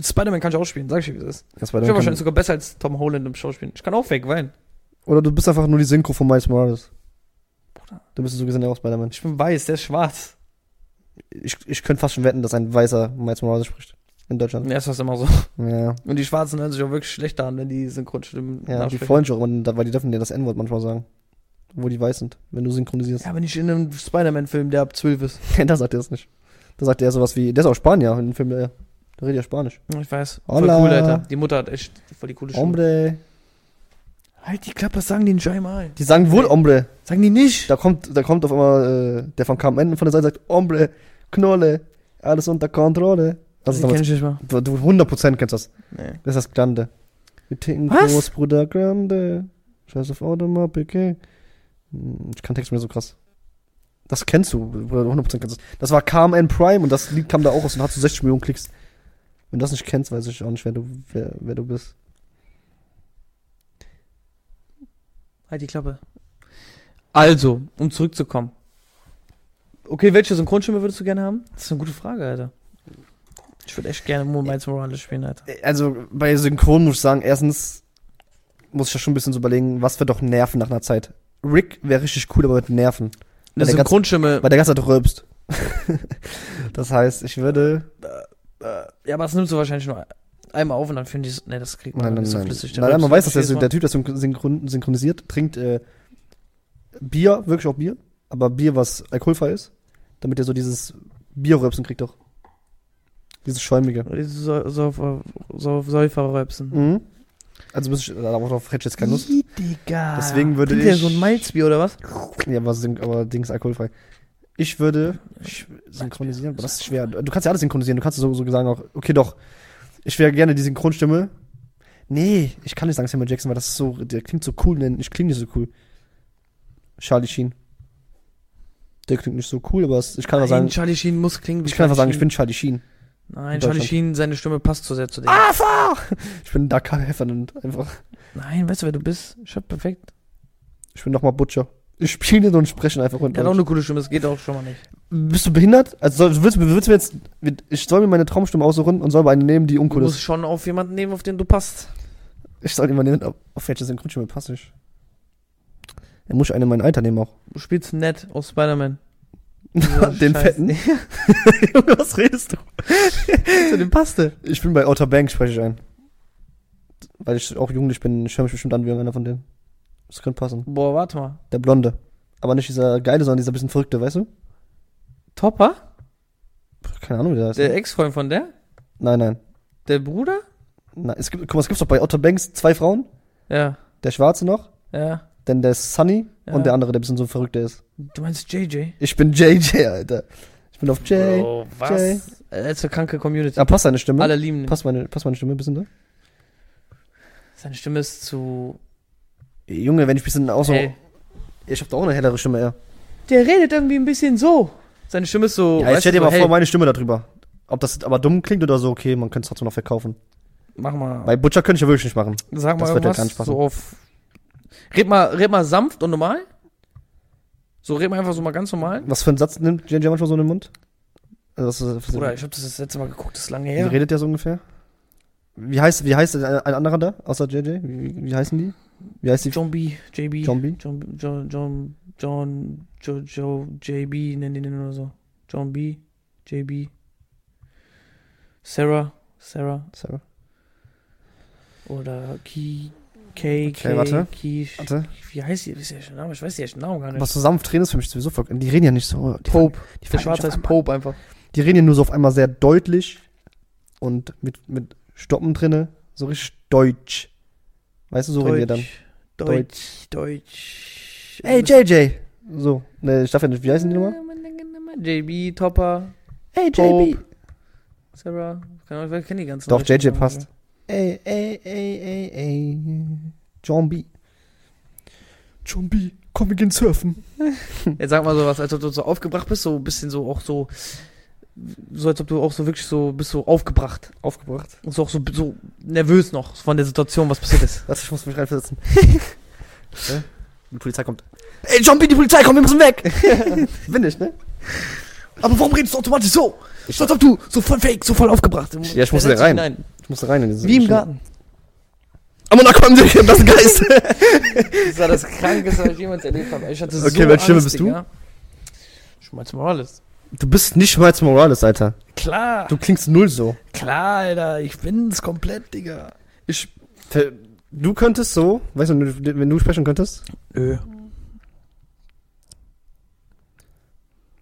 Speaker 2: Spider-Man kann ich auch spielen, sag ich dir, wie es ist.
Speaker 1: Das war
Speaker 2: Ich
Speaker 1: dann
Speaker 2: bin
Speaker 1: kann,
Speaker 2: wahrscheinlich sogar besser als Tom Holland im Schauspielen. Ich kann auch fake weinen.
Speaker 1: oder du bist einfach nur die Synchro von Miles Morales. Du bist so gesehen ja auch Spider-Man.
Speaker 2: Ich bin weiß, der ist schwarz.
Speaker 1: Ich, ich könnte fast schon wetten, dass ein weißer Miles Morales spricht. In Deutschland.
Speaker 2: Ja, ist das immer so.
Speaker 1: Ja.
Speaker 2: Und die Schwarzen hören sich auch wirklich schlecht an, wenn die Synchronstimmen
Speaker 1: Ja, die
Speaker 2: nachsprechen.
Speaker 1: freuen sich auch, immer, da- weil die dürfen dir das N-Wort manchmal sagen. Wo die weiß sind, wenn du synchronisierst.
Speaker 2: Ja, aber nicht in einem Spider-Man-Film, der ab 12 ist.
Speaker 1: da sagt er das nicht. Da sagt er sowas wie, der ist auch Spanier in dem Film, der, der redet ja Spanisch.
Speaker 2: Ich weiß.
Speaker 1: Hola.
Speaker 2: Voll cool, Alter. Die Mutter hat echt voll die coole Stimme.
Speaker 1: Hombre.
Speaker 2: Halt die Klappe, was sagen die nicht einmal?
Speaker 1: Die sagen wohl Hombre.
Speaker 2: Sagen die nicht?
Speaker 1: Da kommt, da kommt auf einmal äh, der von KMN von der Seite und sagt, Hombre, Knolle, alles unter Kontrolle. Das ist
Speaker 2: die kenn
Speaker 1: damals,
Speaker 2: Also ich nicht mal.
Speaker 1: du, du 100% kennst das.
Speaker 2: Nee.
Speaker 1: Das ist das Grande. Wir ticken
Speaker 2: Was?
Speaker 1: groß, Bruder Grande. Scheiß auf Audemars Piquet. Hm, Ich kann Text mehr so krass. Das kennst du, Bruder, 100% kennst du das. Das war KMN Prime und das Lied kam da auch raus und hat so 60 Millionen Klicks. Wenn du das nicht kennst, weiß ich auch nicht, wer du, wer, wer du bist.
Speaker 2: Halt die Klappe. Also, um zurückzukommen. Okay, welche Synchronstimme würdest du gerne haben? Das ist eine gute Frage, Alter. Ich würde echt gerne Mo Miles Morales spielen, Alter.
Speaker 1: also bei Synchron muss ich sagen, erstens muss ich ja schon ein bisschen so überlegen, was wir doch nerven nach einer Zeit. Rick wäre richtig cool, aber mit Nerven. der
Speaker 2: Eine
Speaker 1: ganze-
Speaker 2: Synchronstimme.
Speaker 1: Weil der ganze Zeit rülpst. das heißt, ich würde.
Speaker 2: Äh, Ja, aber das nimmst du wahrscheinlich nur einmal auf und dann finde ich es. Nee, das kriegt man
Speaker 1: Nein, nein,
Speaker 2: nicht so
Speaker 1: nein.
Speaker 2: flüssig.
Speaker 1: Nein, nein, man weiß, dass der,
Speaker 2: Jedes Mal.
Speaker 1: der Typ, der synchron, synchronisiert, trinkt äh, Bier, wirklich auch Bier, aber Bier, was alkoholfrei ist, damit er so dieses Bierrülpsen kriegt auch. Dieses Schäumige.
Speaker 2: Diese Sau- Sau- Sau- Säuferröpsen.
Speaker 1: Mhm. Also, muss ich, darauf hätte ich jetzt keine Lust.
Speaker 2: Ih, Digga.
Speaker 1: Deswegen würde
Speaker 2: Trinkt der
Speaker 1: ich-
Speaker 2: so ein Malzbier oder was?
Speaker 1: Ja, aber, syn- aber Dings alkoholfrei. Ich würde sch- synchronisieren, aber das ist schwer. Du kannst ja alles synchronisieren. Du kannst so, so sagen auch, okay, doch. Ich wäre gerne die Synchronstimme. Nee, ich kann nicht sagen Samuel Jackson, weil das ist so, der klingt so cool, denn ich klinge nicht so cool. Charlie Sheen. Der klingt nicht so cool, aber es, ich kann
Speaker 2: Nein,
Speaker 1: einfach sagen,
Speaker 2: Charlie Sheen muss klingen wie
Speaker 1: ich kann einfach sagen, ich
Speaker 2: Charlie
Speaker 1: bin Charlie Sheen.
Speaker 2: Sheen. Nein,
Speaker 1: in
Speaker 2: Charlie
Speaker 1: Deutschland. Ah!
Speaker 2: Sheen, seine Stimme passt zu sehr zu dem.
Speaker 1: Ich bin Dakar Heffernan einfach.
Speaker 2: Nein, weißt du, wer du bist? Ich hab perfekt.
Speaker 1: Ich bin nochmal Butcher. Ich spiele und spreche einfach
Speaker 2: Der
Speaker 1: runter.
Speaker 2: hat auch eine coole Stimme, das geht auch schon mal nicht.
Speaker 1: Bist du behindert? Also soll, willst, du- willst du mir jetzt, ich soll mir meine Traumstimme aussuchen und soll mir eine nehmen, die
Speaker 2: Du
Speaker 1: uncool ist.
Speaker 2: musst schon auf jemanden nehmen, auf den du passt.
Speaker 1: Ich soll jemanden nehmen, auf- auf welche Synchronstimme passe ich. Dann muss ich einen in mein Alter nehmen auch.
Speaker 2: Du spielst nett aus Spider-Man.
Speaker 1: Den
Speaker 2: Scheiß.
Speaker 1: fetten. Junge, was redest du?
Speaker 2: Zu dem passte.
Speaker 1: Ich bin bei Outer Banks, spreche ich ein. Weil ich auch jugendlich bin, ich höre mich bestimmt an wie einer von denen. Das könnte passen.
Speaker 2: Boah, warte mal.
Speaker 1: Der Blonde. Aber nicht dieser Geile, sondern dieser bisschen Verrückte, weißt du?
Speaker 2: Topper?
Speaker 1: Keine Ahnung, wie der heißt.
Speaker 2: Der Ex-Freund von der?
Speaker 1: nein, nein.
Speaker 2: Der Bruder?
Speaker 1: Na, es gibt, guck mal, es gibt doch bei Outer Banks zwei Frauen.
Speaker 2: Ja,
Speaker 1: Der Schwarze noch,
Speaker 2: ja.
Speaker 1: dann der Sunny
Speaker 2: Ja.
Speaker 1: und der andere, der bisschen so verrückter ist.
Speaker 2: Du meinst JJ?
Speaker 1: Ich bin JJ, Alter. Ich bin auf J.
Speaker 2: Bro, was? Das ist eine kranke Community.
Speaker 1: Ah, passt deine Stimme?
Speaker 2: Alle lieben ihn.
Speaker 1: Passt meine, passt meine Stimme ein bisschen, ne?
Speaker 2: Seine Stimme ist zu...
Speaker 1: Junge, wenn ich ein bisschen auch so.
Speaker 2: Ey.
Speaker 1: Ich hab da auch eine hellere Stimme, ja.
Speaker 2: Der redet irgendwie ein bisschen so. Seine Stimme ist so...
Speaker 1: ja jetzt
Speaker 2: weißt
Speaker 1: stell
Speaker 2: du,
Speaker 1: dir
Speaker 2: so
Speaker 1: mal
Speaker 2: hell.
Speaker 1: vor, meine Stimme darüber. Ob das aber dumm klingt oder so, okay, man könnte es trotzdem noch verkaufen.
Speaker 2: Mach mal.
Speaker 1: Bei Butcher könnte ich ja wirklich nicht machen.
Speaker 2: Sag mal
Speaker 1: Das wird ja gar
Speaker 2: irgendwas
Speaker 1: nicht passen.
Speaker 2: so auf. Red mal, red mal sanft und normal. So, red mal einfach so mal ganz normal.
Speaker 1: Was für einen Satz nimmt JJ manchmal so in den Mund? Also, was ist das für-
Speaker 2: Oder ich habe das das letzte Mal geguckt, das ist lange
Speaker 1: wie
Speaker 2: her.
Speaker 1: redet der so ungefähr? Wie heißt, wie heißt ein, ein anderer da, außer JJ? Wie, wie heißen die? Wie heißt die?
Speaker 2: John B, JB.
Speaker 1: John B?
Speaker 2: John, B- John, John, John, Jo, Jo, JB, nennen die den oder ne, so. John B, JB. Sarah, Sarah.
Speaker 1: Sarah.
Speaker 2: Oder Ki, K,
Speaker 1: Okay,
Speaker 2: K,
Speaker 1: warte.
Speaker 2: Ki,
Speaker 1: Warte.
Speaker 2: wie heißt die? Wie ist der Name? Ich weiß den Namen gar nicht.
Speaker 1: Was so sanft reden ist für mich sowieso voll. Die reden ja nicht so. Die
Speaker 2: Pope.
Speaker 1: Die,
Speaker 2: Der
Speaker 1: fangen
Speaker 2: Schwarze
Speaker 1: nicht auf
Speaker 2: heißt
Speaker 1: einmal-
Speaker 2: Pope einfach.
Speaker 1: die reden ja nur so auf einmal sehr deutlich und mit, mit Stoppen drinne. So richtig deutsch. Weißt du, so reden die dann.
Speaker 2: Deutsch, Deutsch.
Speaker 1: Ey, JJ! So. Ne, ich darf ja nicht. Wie heißen die nochmal?
Speaker 2: JB, Topper,
Speaker 1: Ey,
Speaker 2: Pope.
Speaker 1: JB!
Speaker 2: Sarah. Keine Ahnung, Ich kenne die ganzen.
Speaker 1: Doch,
Speaker 2: Leute.
Speaker 1: JJ passt. Ey, ey, ey, ey, ey. John B. John B. Komm, wir gehen surfen.
Speaker 2: Jetzt sag mal sowas, als ob du so aufgebracht bist, so ein bisschen so auch so, so als ob du auch so wirklich so bist so aufgebracht
Speaker 1: Aufgebracht.
Speaker 2: und so auch so, so nervös noch von der Situation, was passiert ist.
Speaker 1: Warte, ich muss mich reinversetzen. Hä? die Polizei kommt. Ey, John B., die Polizei kommt, wir müssen weg! Bin ich, ne?
Speaker 2: Aber warum redest du automatisch so?
Speaker 1: Ich-
Speaker 2: So, als ob du so voll fake, so voll aufgebracht.
Speaker 1: Ja, ich muss da rein. Ich muss da rein in diese
Speaker 2: Wie im Garten.
Speaker 1: Amon, da kommen sie, das ist ein Geist.
Speaker 2: Das war das Krankeste, was ich jemals erlebt habe. Ich hatte
Speaker 1: Okay,
Speaker 2: so
Speaker 1: welche Stimme
Speaker 2: Angst,
Speaker 1: bist du?
Speaker 2: Digga. Schmalz Morales.
Speaker 1: Du bist nicht Miles Morales, Alter.
Speaker 2: Klar,
Speaker 1: Du klingst null so.
Speaker 2: klar, Alter. Ich bin's komplett, Digga.
Speaker 1: Ich. ver- Du könntest so, weißt du, wenn du sprechen könntest,
Speaker 2: Nö.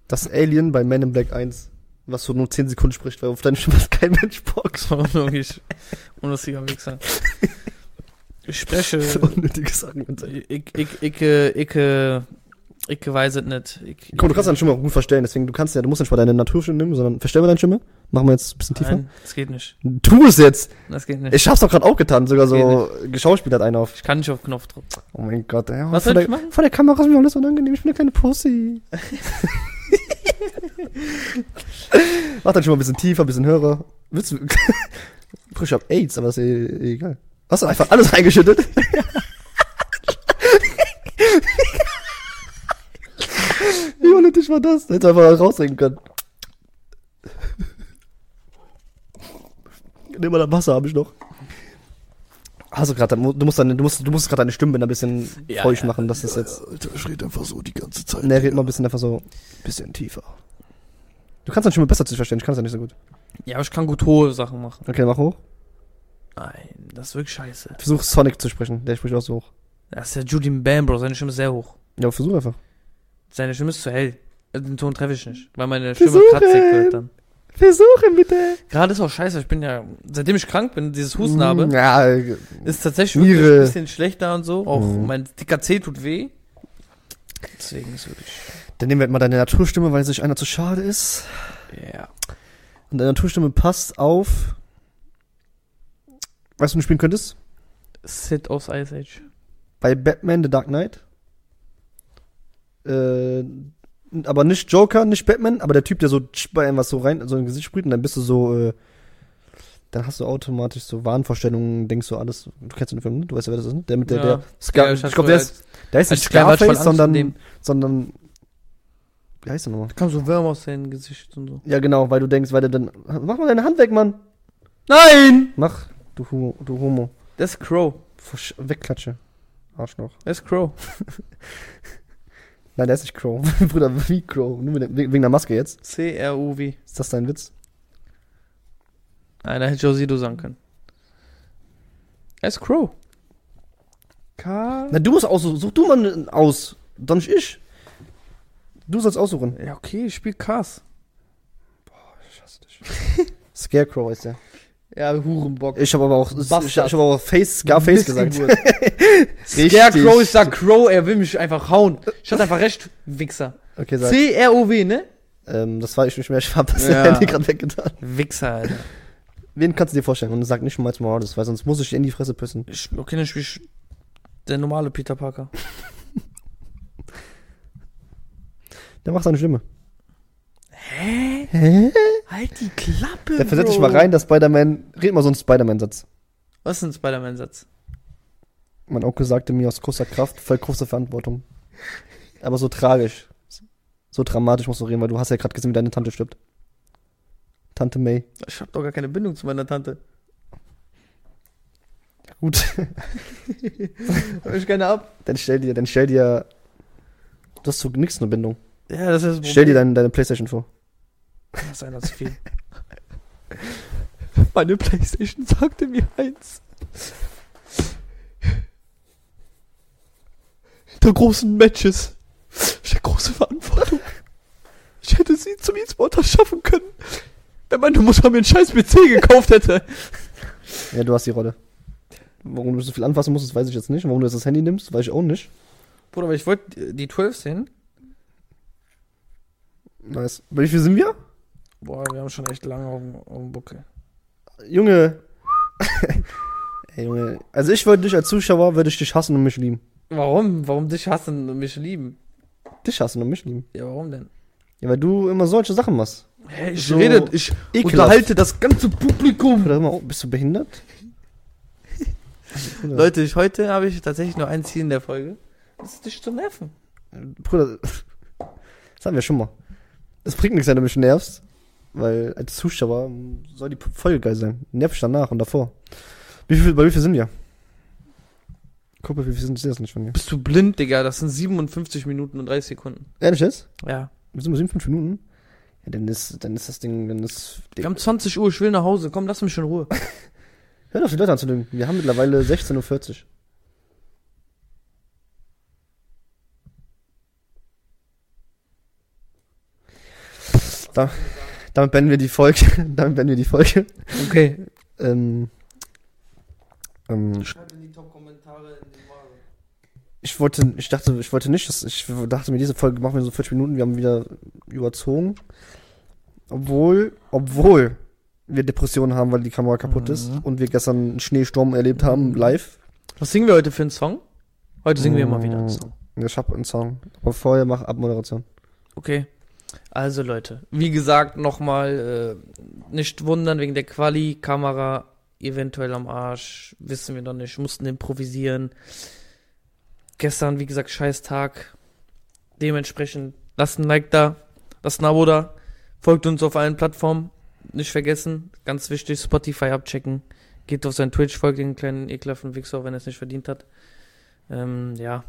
Speaker 1: das Alien bei Man in Black 1, was so nur 10 Sekunden spricht, weil auf deine Stimme hat kein Mensch Bock.
Speaker 2: Das war unlogisch. Unlustiger Wichser. Ich spreche.
Speaker 1: Das ist ein unnötiges Argument.
Speaker 2: Ich, ich, ich, äh, ich, äh, ich weiß es nicht. Ich,
Speaker 1: Komm, du kannst deinen Stimme auch gut verstellen, deswegen, du kannst ja, du musst nicht mal deine Naturstimme nehmen, sondern verstellen wir deine Stimme. Machen wir jetzt ein bisschen tiefer.
Speaker 2: Nein, das geht nicht.
Speaker 1: Tu es jetzt!
Speaker 2: Das geht nicht. Ich,
Speaker 1: Ich hab's doch gerade auch getan, sogar so geschauspielert einen auf.
Speaker 2: kann nicht auf Knopf drücken.
Speaker 1: Oh mein Gott, ey,
Speaker 2: Was
Speaker 1: vor,
Speaker 2: soll ich
Speaker 1: der,
Speaker 2: machen?
Speaker 1: vor der Kamera ist mir alles unangenehm, ich bin eine kleine Pussy. Mach dann schon mal ein bisschen tiefer, ein bisschen höher. Willst du. Frisch, ich hab AIDS, aber ist eh, eh egal. Hast du einfach alles reingeschüttet? Wie unnötig war das? Hätte einfach rausregen können. Nimm mal das Wasser, hab ich noch. Also Hast du gerade, du musst deine, du musst, du musst gerade deine Stimme ein bisschen
Speaker 2: Ja,
Speaker 1: feucht
Speaker 2: ja.
Speaker 1: machen, dass das jetzt.
Speaker 4: Alter, ich rede einfach so die ganze Zeit.
Speaker 1: Ne, red mal ein bisschen einfach so.
Speaker 4: bisschen tiefer.
Speaker 1: Du kannst dann schon mal besser zu verstehen, ich kann es ja nicht so gut.
Speaker 2: Ja, aber ich kann gut hohe Sachen machen.
Speaker 1: Okay, mach hoch.
Speaker 2: Nein, das ist wirklich scheiße.
Speaker 1: Versuch Sonic zu sprechen, der spricht auch so hoch.
Speaker 2: Das ist der Julian Bambro. Seine Stimme ist sehr hoch.
Speaker 1: Ja, versuch einfach.
Speaker 2: Seine Stimme ist zu hell. Äh, Den Ton treffe ich nicht, weil meine Stimme
Speaker 1: Versuchen!
Speaker 2: kratzig wird dann.
Speaker 1: Versuchen bitte!
Speaker 2: Gerade ist auch scheiße. Ich bin ja, seitdem ich krank bin, dieses Husten habe,
Speaker 1: Ja, äh,
Speaker 2: ist tatsächlich wirklich
Speaker 1: Niere.
Speaker 2: ein bisschen schlechter und so. Auch
Speaker 1: Mhm.
Speaker 2: mein dicker Zeh tut weh. Deswegen ist wirklich.
Speaker 1: dann nehmen wir jetzt mal deine Naturstimme, weil sich einer zu schade ist.
Speaker 2: Ja.
Speaker 1: Und deine Naturstimme passt auf. Weißt du, du spielen könntest?
Speaker 2: Sid aus Ice Age.
Speaker 1: Bei Batman The Dark Knight. Äh, aber nicht Joker, nicht Batman, aber der Typ, der so tsch bei einem was so rein, so ins Gesicht sprüht und dann bist du so, äh, dann hast du automatisch so Wahnvorstellungen, denkst du alles. Du kennst den Film, ne? Du weißt ja, wer das ist, ne? Der mit der,
Speaker 2: Ja.
Speaker 1: der Scar
Speaker 2: Ja,
Speaker 1: ich
Speaker 2: hab
Speaker 1: glaube,
Speaker 2: früher
Speaker 1: der ist, der ist nicht
Speaker 2: als Kleiner hatte ich voll
Speaker 1: Scarface,
Speaker 2: Angst vor
Speaker 1: sondern,
Speaker 2: dem.
Speaker 1: sondern, wie heißt der nochmal?
Speaker 2: Da kam so Würmer aus seinem Gesicht und so.
Speaker 1: Ja, genau, weil du denkst, weil du dann, mach mal deine Hand weg, Mann. Nein! Mach, du Homo, du Homo.
Speaker 2: Das ist Crow.
Speaker 1: Versch wegklatsche. Arschloch.
Speaker 2: Das ist Crow.
Speaker 1: Nein, der ist nicht Crow. Bruder, wie Crow? Nur mit, der- wegen der Maske jetzt.
Speaker 2: C-R-U-W.
Speaker 1: Ist das dein Witz?
Speaker 2: Nein, da hätte ich auch Sido sagen können. Das ist Crow. K.
Speaker 1: Na, du musst aussuchen. Such du mal einen aus. Dann nicht ich. Du sollst aussuchen.
Speaker 2: Ja, okay, ich spiel Cars.
Speaker 1: Ich hasse dich. Scarecrow ist der.
Speaker 2: Ja, Hurenbock.
Speaker 1: Ich habe aber auch, ich
Speaker 2: Bastard.
Speaker 1: hab- ich habe aber auch Face, Scarface gesagt.
Speaker 2: Scarecrow ist da Crow, er will mich einfach hauen. Ich hatte einfach recht, Wichser.
Speaker 1: Okay, sag.
Speaker 2: C-R-O-W, ne?
Speaker 1: Ähm, das war ich nicht mehr. Ich hab das
Speaker 2: Ja.
Speaker 1: Handy gerade weggetan.
Speaker 2: Wichser, Alter.
Speaker 1: Wen kannst du dir vorstellen? Und sag nicht Miles Morales, weil sonst muss ich dir in die Fresse pissen.
Speaker 2: Ich, okay, dann spiel ich der normale Peter Parker.
Speaker 1: Der macht seine Stimme. Hä?
Speaker 2: Halt die Klappe,
Speaker 1: Der versetzt sich mal rein, dass Spider-Man. Red mal so einen Spider-Man-Satz.
Speaker 2: Was ist ein Spider-Man-Satz?
Speaker 1: Mein Onkel sagte mir aus großer Kraft, voll großer Verantwortung. Aber so tragisch. So dramatisch musst du reden, weil du hast ja gerade gesehen, wie deine Tante stirbt. Tante May.
Speaker 2: Ich hab doch gar keine Bindung zu meiner Tante.
Speaker 1: Gut.
Speaker 2: Hab ich keine ab.
Speaker 1: dann stell dir, dann stell dir. Du hast zu nix eine Bindung.
Speaker 2: Ja, das ist das
Speaker 1: Stell dir deine, deine Playstation vor.
Speaker 2: Problem. Das ist einer zu viel. Meine Playstation sagte mir eins. Hinter großen Matches steckt große Verantwortung. Ich hätte sie zum E-Sporter schaffen können, wenn meine Mutter mir einen scheiß PC gekauft hätte.
Speaker 1: Ja, du hast die Rolle. Warum du so viel anfassen musst, das weiß ich jetzt nicht. Warum du jetzt das Handy nimmst, weiß ich auch nicht.
Speaker 2: Bruder, aber ich wollte die 12 sehen.
Speaker 1: Nice. Bei wie viel sind wir?
Speaker 2: Boah, wir haben schon echt lange auf dem, auf dem Buckel.
Speaker 1: Junge. Ey, Junge. Also ich würde dich als Zuschauer, würde ich dich hassen und mich lieben.
Speaker 2: Warum? Warum dich hassen und mich lieben?
Speaker 1: Dich hassen und mich lieben.
Speaker 2: Ja, warum denn?
Speaker 1: Ja, weil du immer solche Sachen machst.
Speaker 2: Hä, ich
Speaker 1: So
Speaker 2: rede, ich
Speaker 1: ekelhaft.
Speaker 2: unterhalte das ganze Publikum.
Speaker 1: Oder immer, oh, bist du behindert? Bruder,
Speaker 2: Leute, ich, heute habe ich tatsächlich nur ein Ziel in der Folge. Das ist dich zu nerven.
Speaker 1: Bruder, das haben wir schon mal. Das bringt nichts, wenn du mich nervst. Weil als Zuschauer soll die Folge geil sein. Nerv ich danach und davor. Wie viel, bei wie viel sind wir? Guck mal, wie viel sind das nicht von mir?
Speaker 2: Bist du blind, Digga? Das sind 57 Minuten und 30 Sekunden.
Speaker 1: Ehrlich jetzt?
Speaker 2: Ja.
Speaker 1: Wir sind bei 57 Minuten. Ja, dann ist, dann ist das Ding, dann ist.
Speaker 2: Wir haben 20 Uhr, ich will nach Hause. Komm, lass mich in Ruhe.
Speaker 1: Hört auf die Leute anzulügen. Wir haben mittlerweile 16.40 Uhr. Da, damit beenden wir die Folge. damit beenden wir die Folge.
Speaker 2: Okay.
Speaker 1: Ähm, ähm,
Speaker 2: Schreibt in die Top-Kommentare in die Wahl.
Speaker 1: ich wollte, ich dachte, ich wollte nicht, dass ich dachte mir, diese Folge machen wir so 40 Minuten, wir haben wieder überzogen. Obwohl, obwohl wir Depressionen haben, weil die Kamera kaputt ist und wir gestern einen Schneesturm erlebt haben, live.
Speaker 2: Was singen wir heute für einen Song? Heute singen wir mal wieder einen Song.
Speaker 1: Ich hab einen Song. Aber vorher mach Abmoderation.
Speaker 2: Okay. Also Leute, wie gesagt, nochmal, äh, nicht wundern wegen der Quali, Kamera eventuell am Arsch, wissen wir noch nicht, mussten improvisieren. Gestern, wie gesagt, scheiß Tag. Dementsprechend, lasst ein Like da, lasst ein Abo da, folgt uns auf allen Plattformen, nicht vergessen, ganz wichtig, Spotify abchecken, geht auf sein Twitch, folgt den kleinen ekelhaften Wichser, wenn er es nicht verdient hat. Ähm, ja.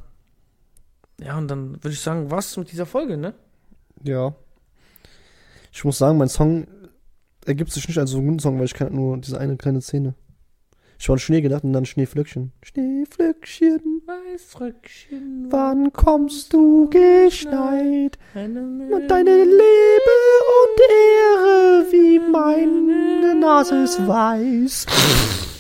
Speaker 2: Ja, und dann würde ich sagen, was mit dieser Folge, ne?
Speaker 1: Ja. Ich muss sagen, mein Song ergibt sich nicht als so einen guten Song, weil ich kann nur diese eine kleine Szene. Ich war an Schnee gedacht und dann Schneeflöckchen. Schneeflöckchen,
Speaker 2: Weißröckchen
Speaker 1: wann kommst du geschneit?
Speaker 2: eine
Speaker 1: Und deine Liebe und Ehre wie meine Nase ist weiß.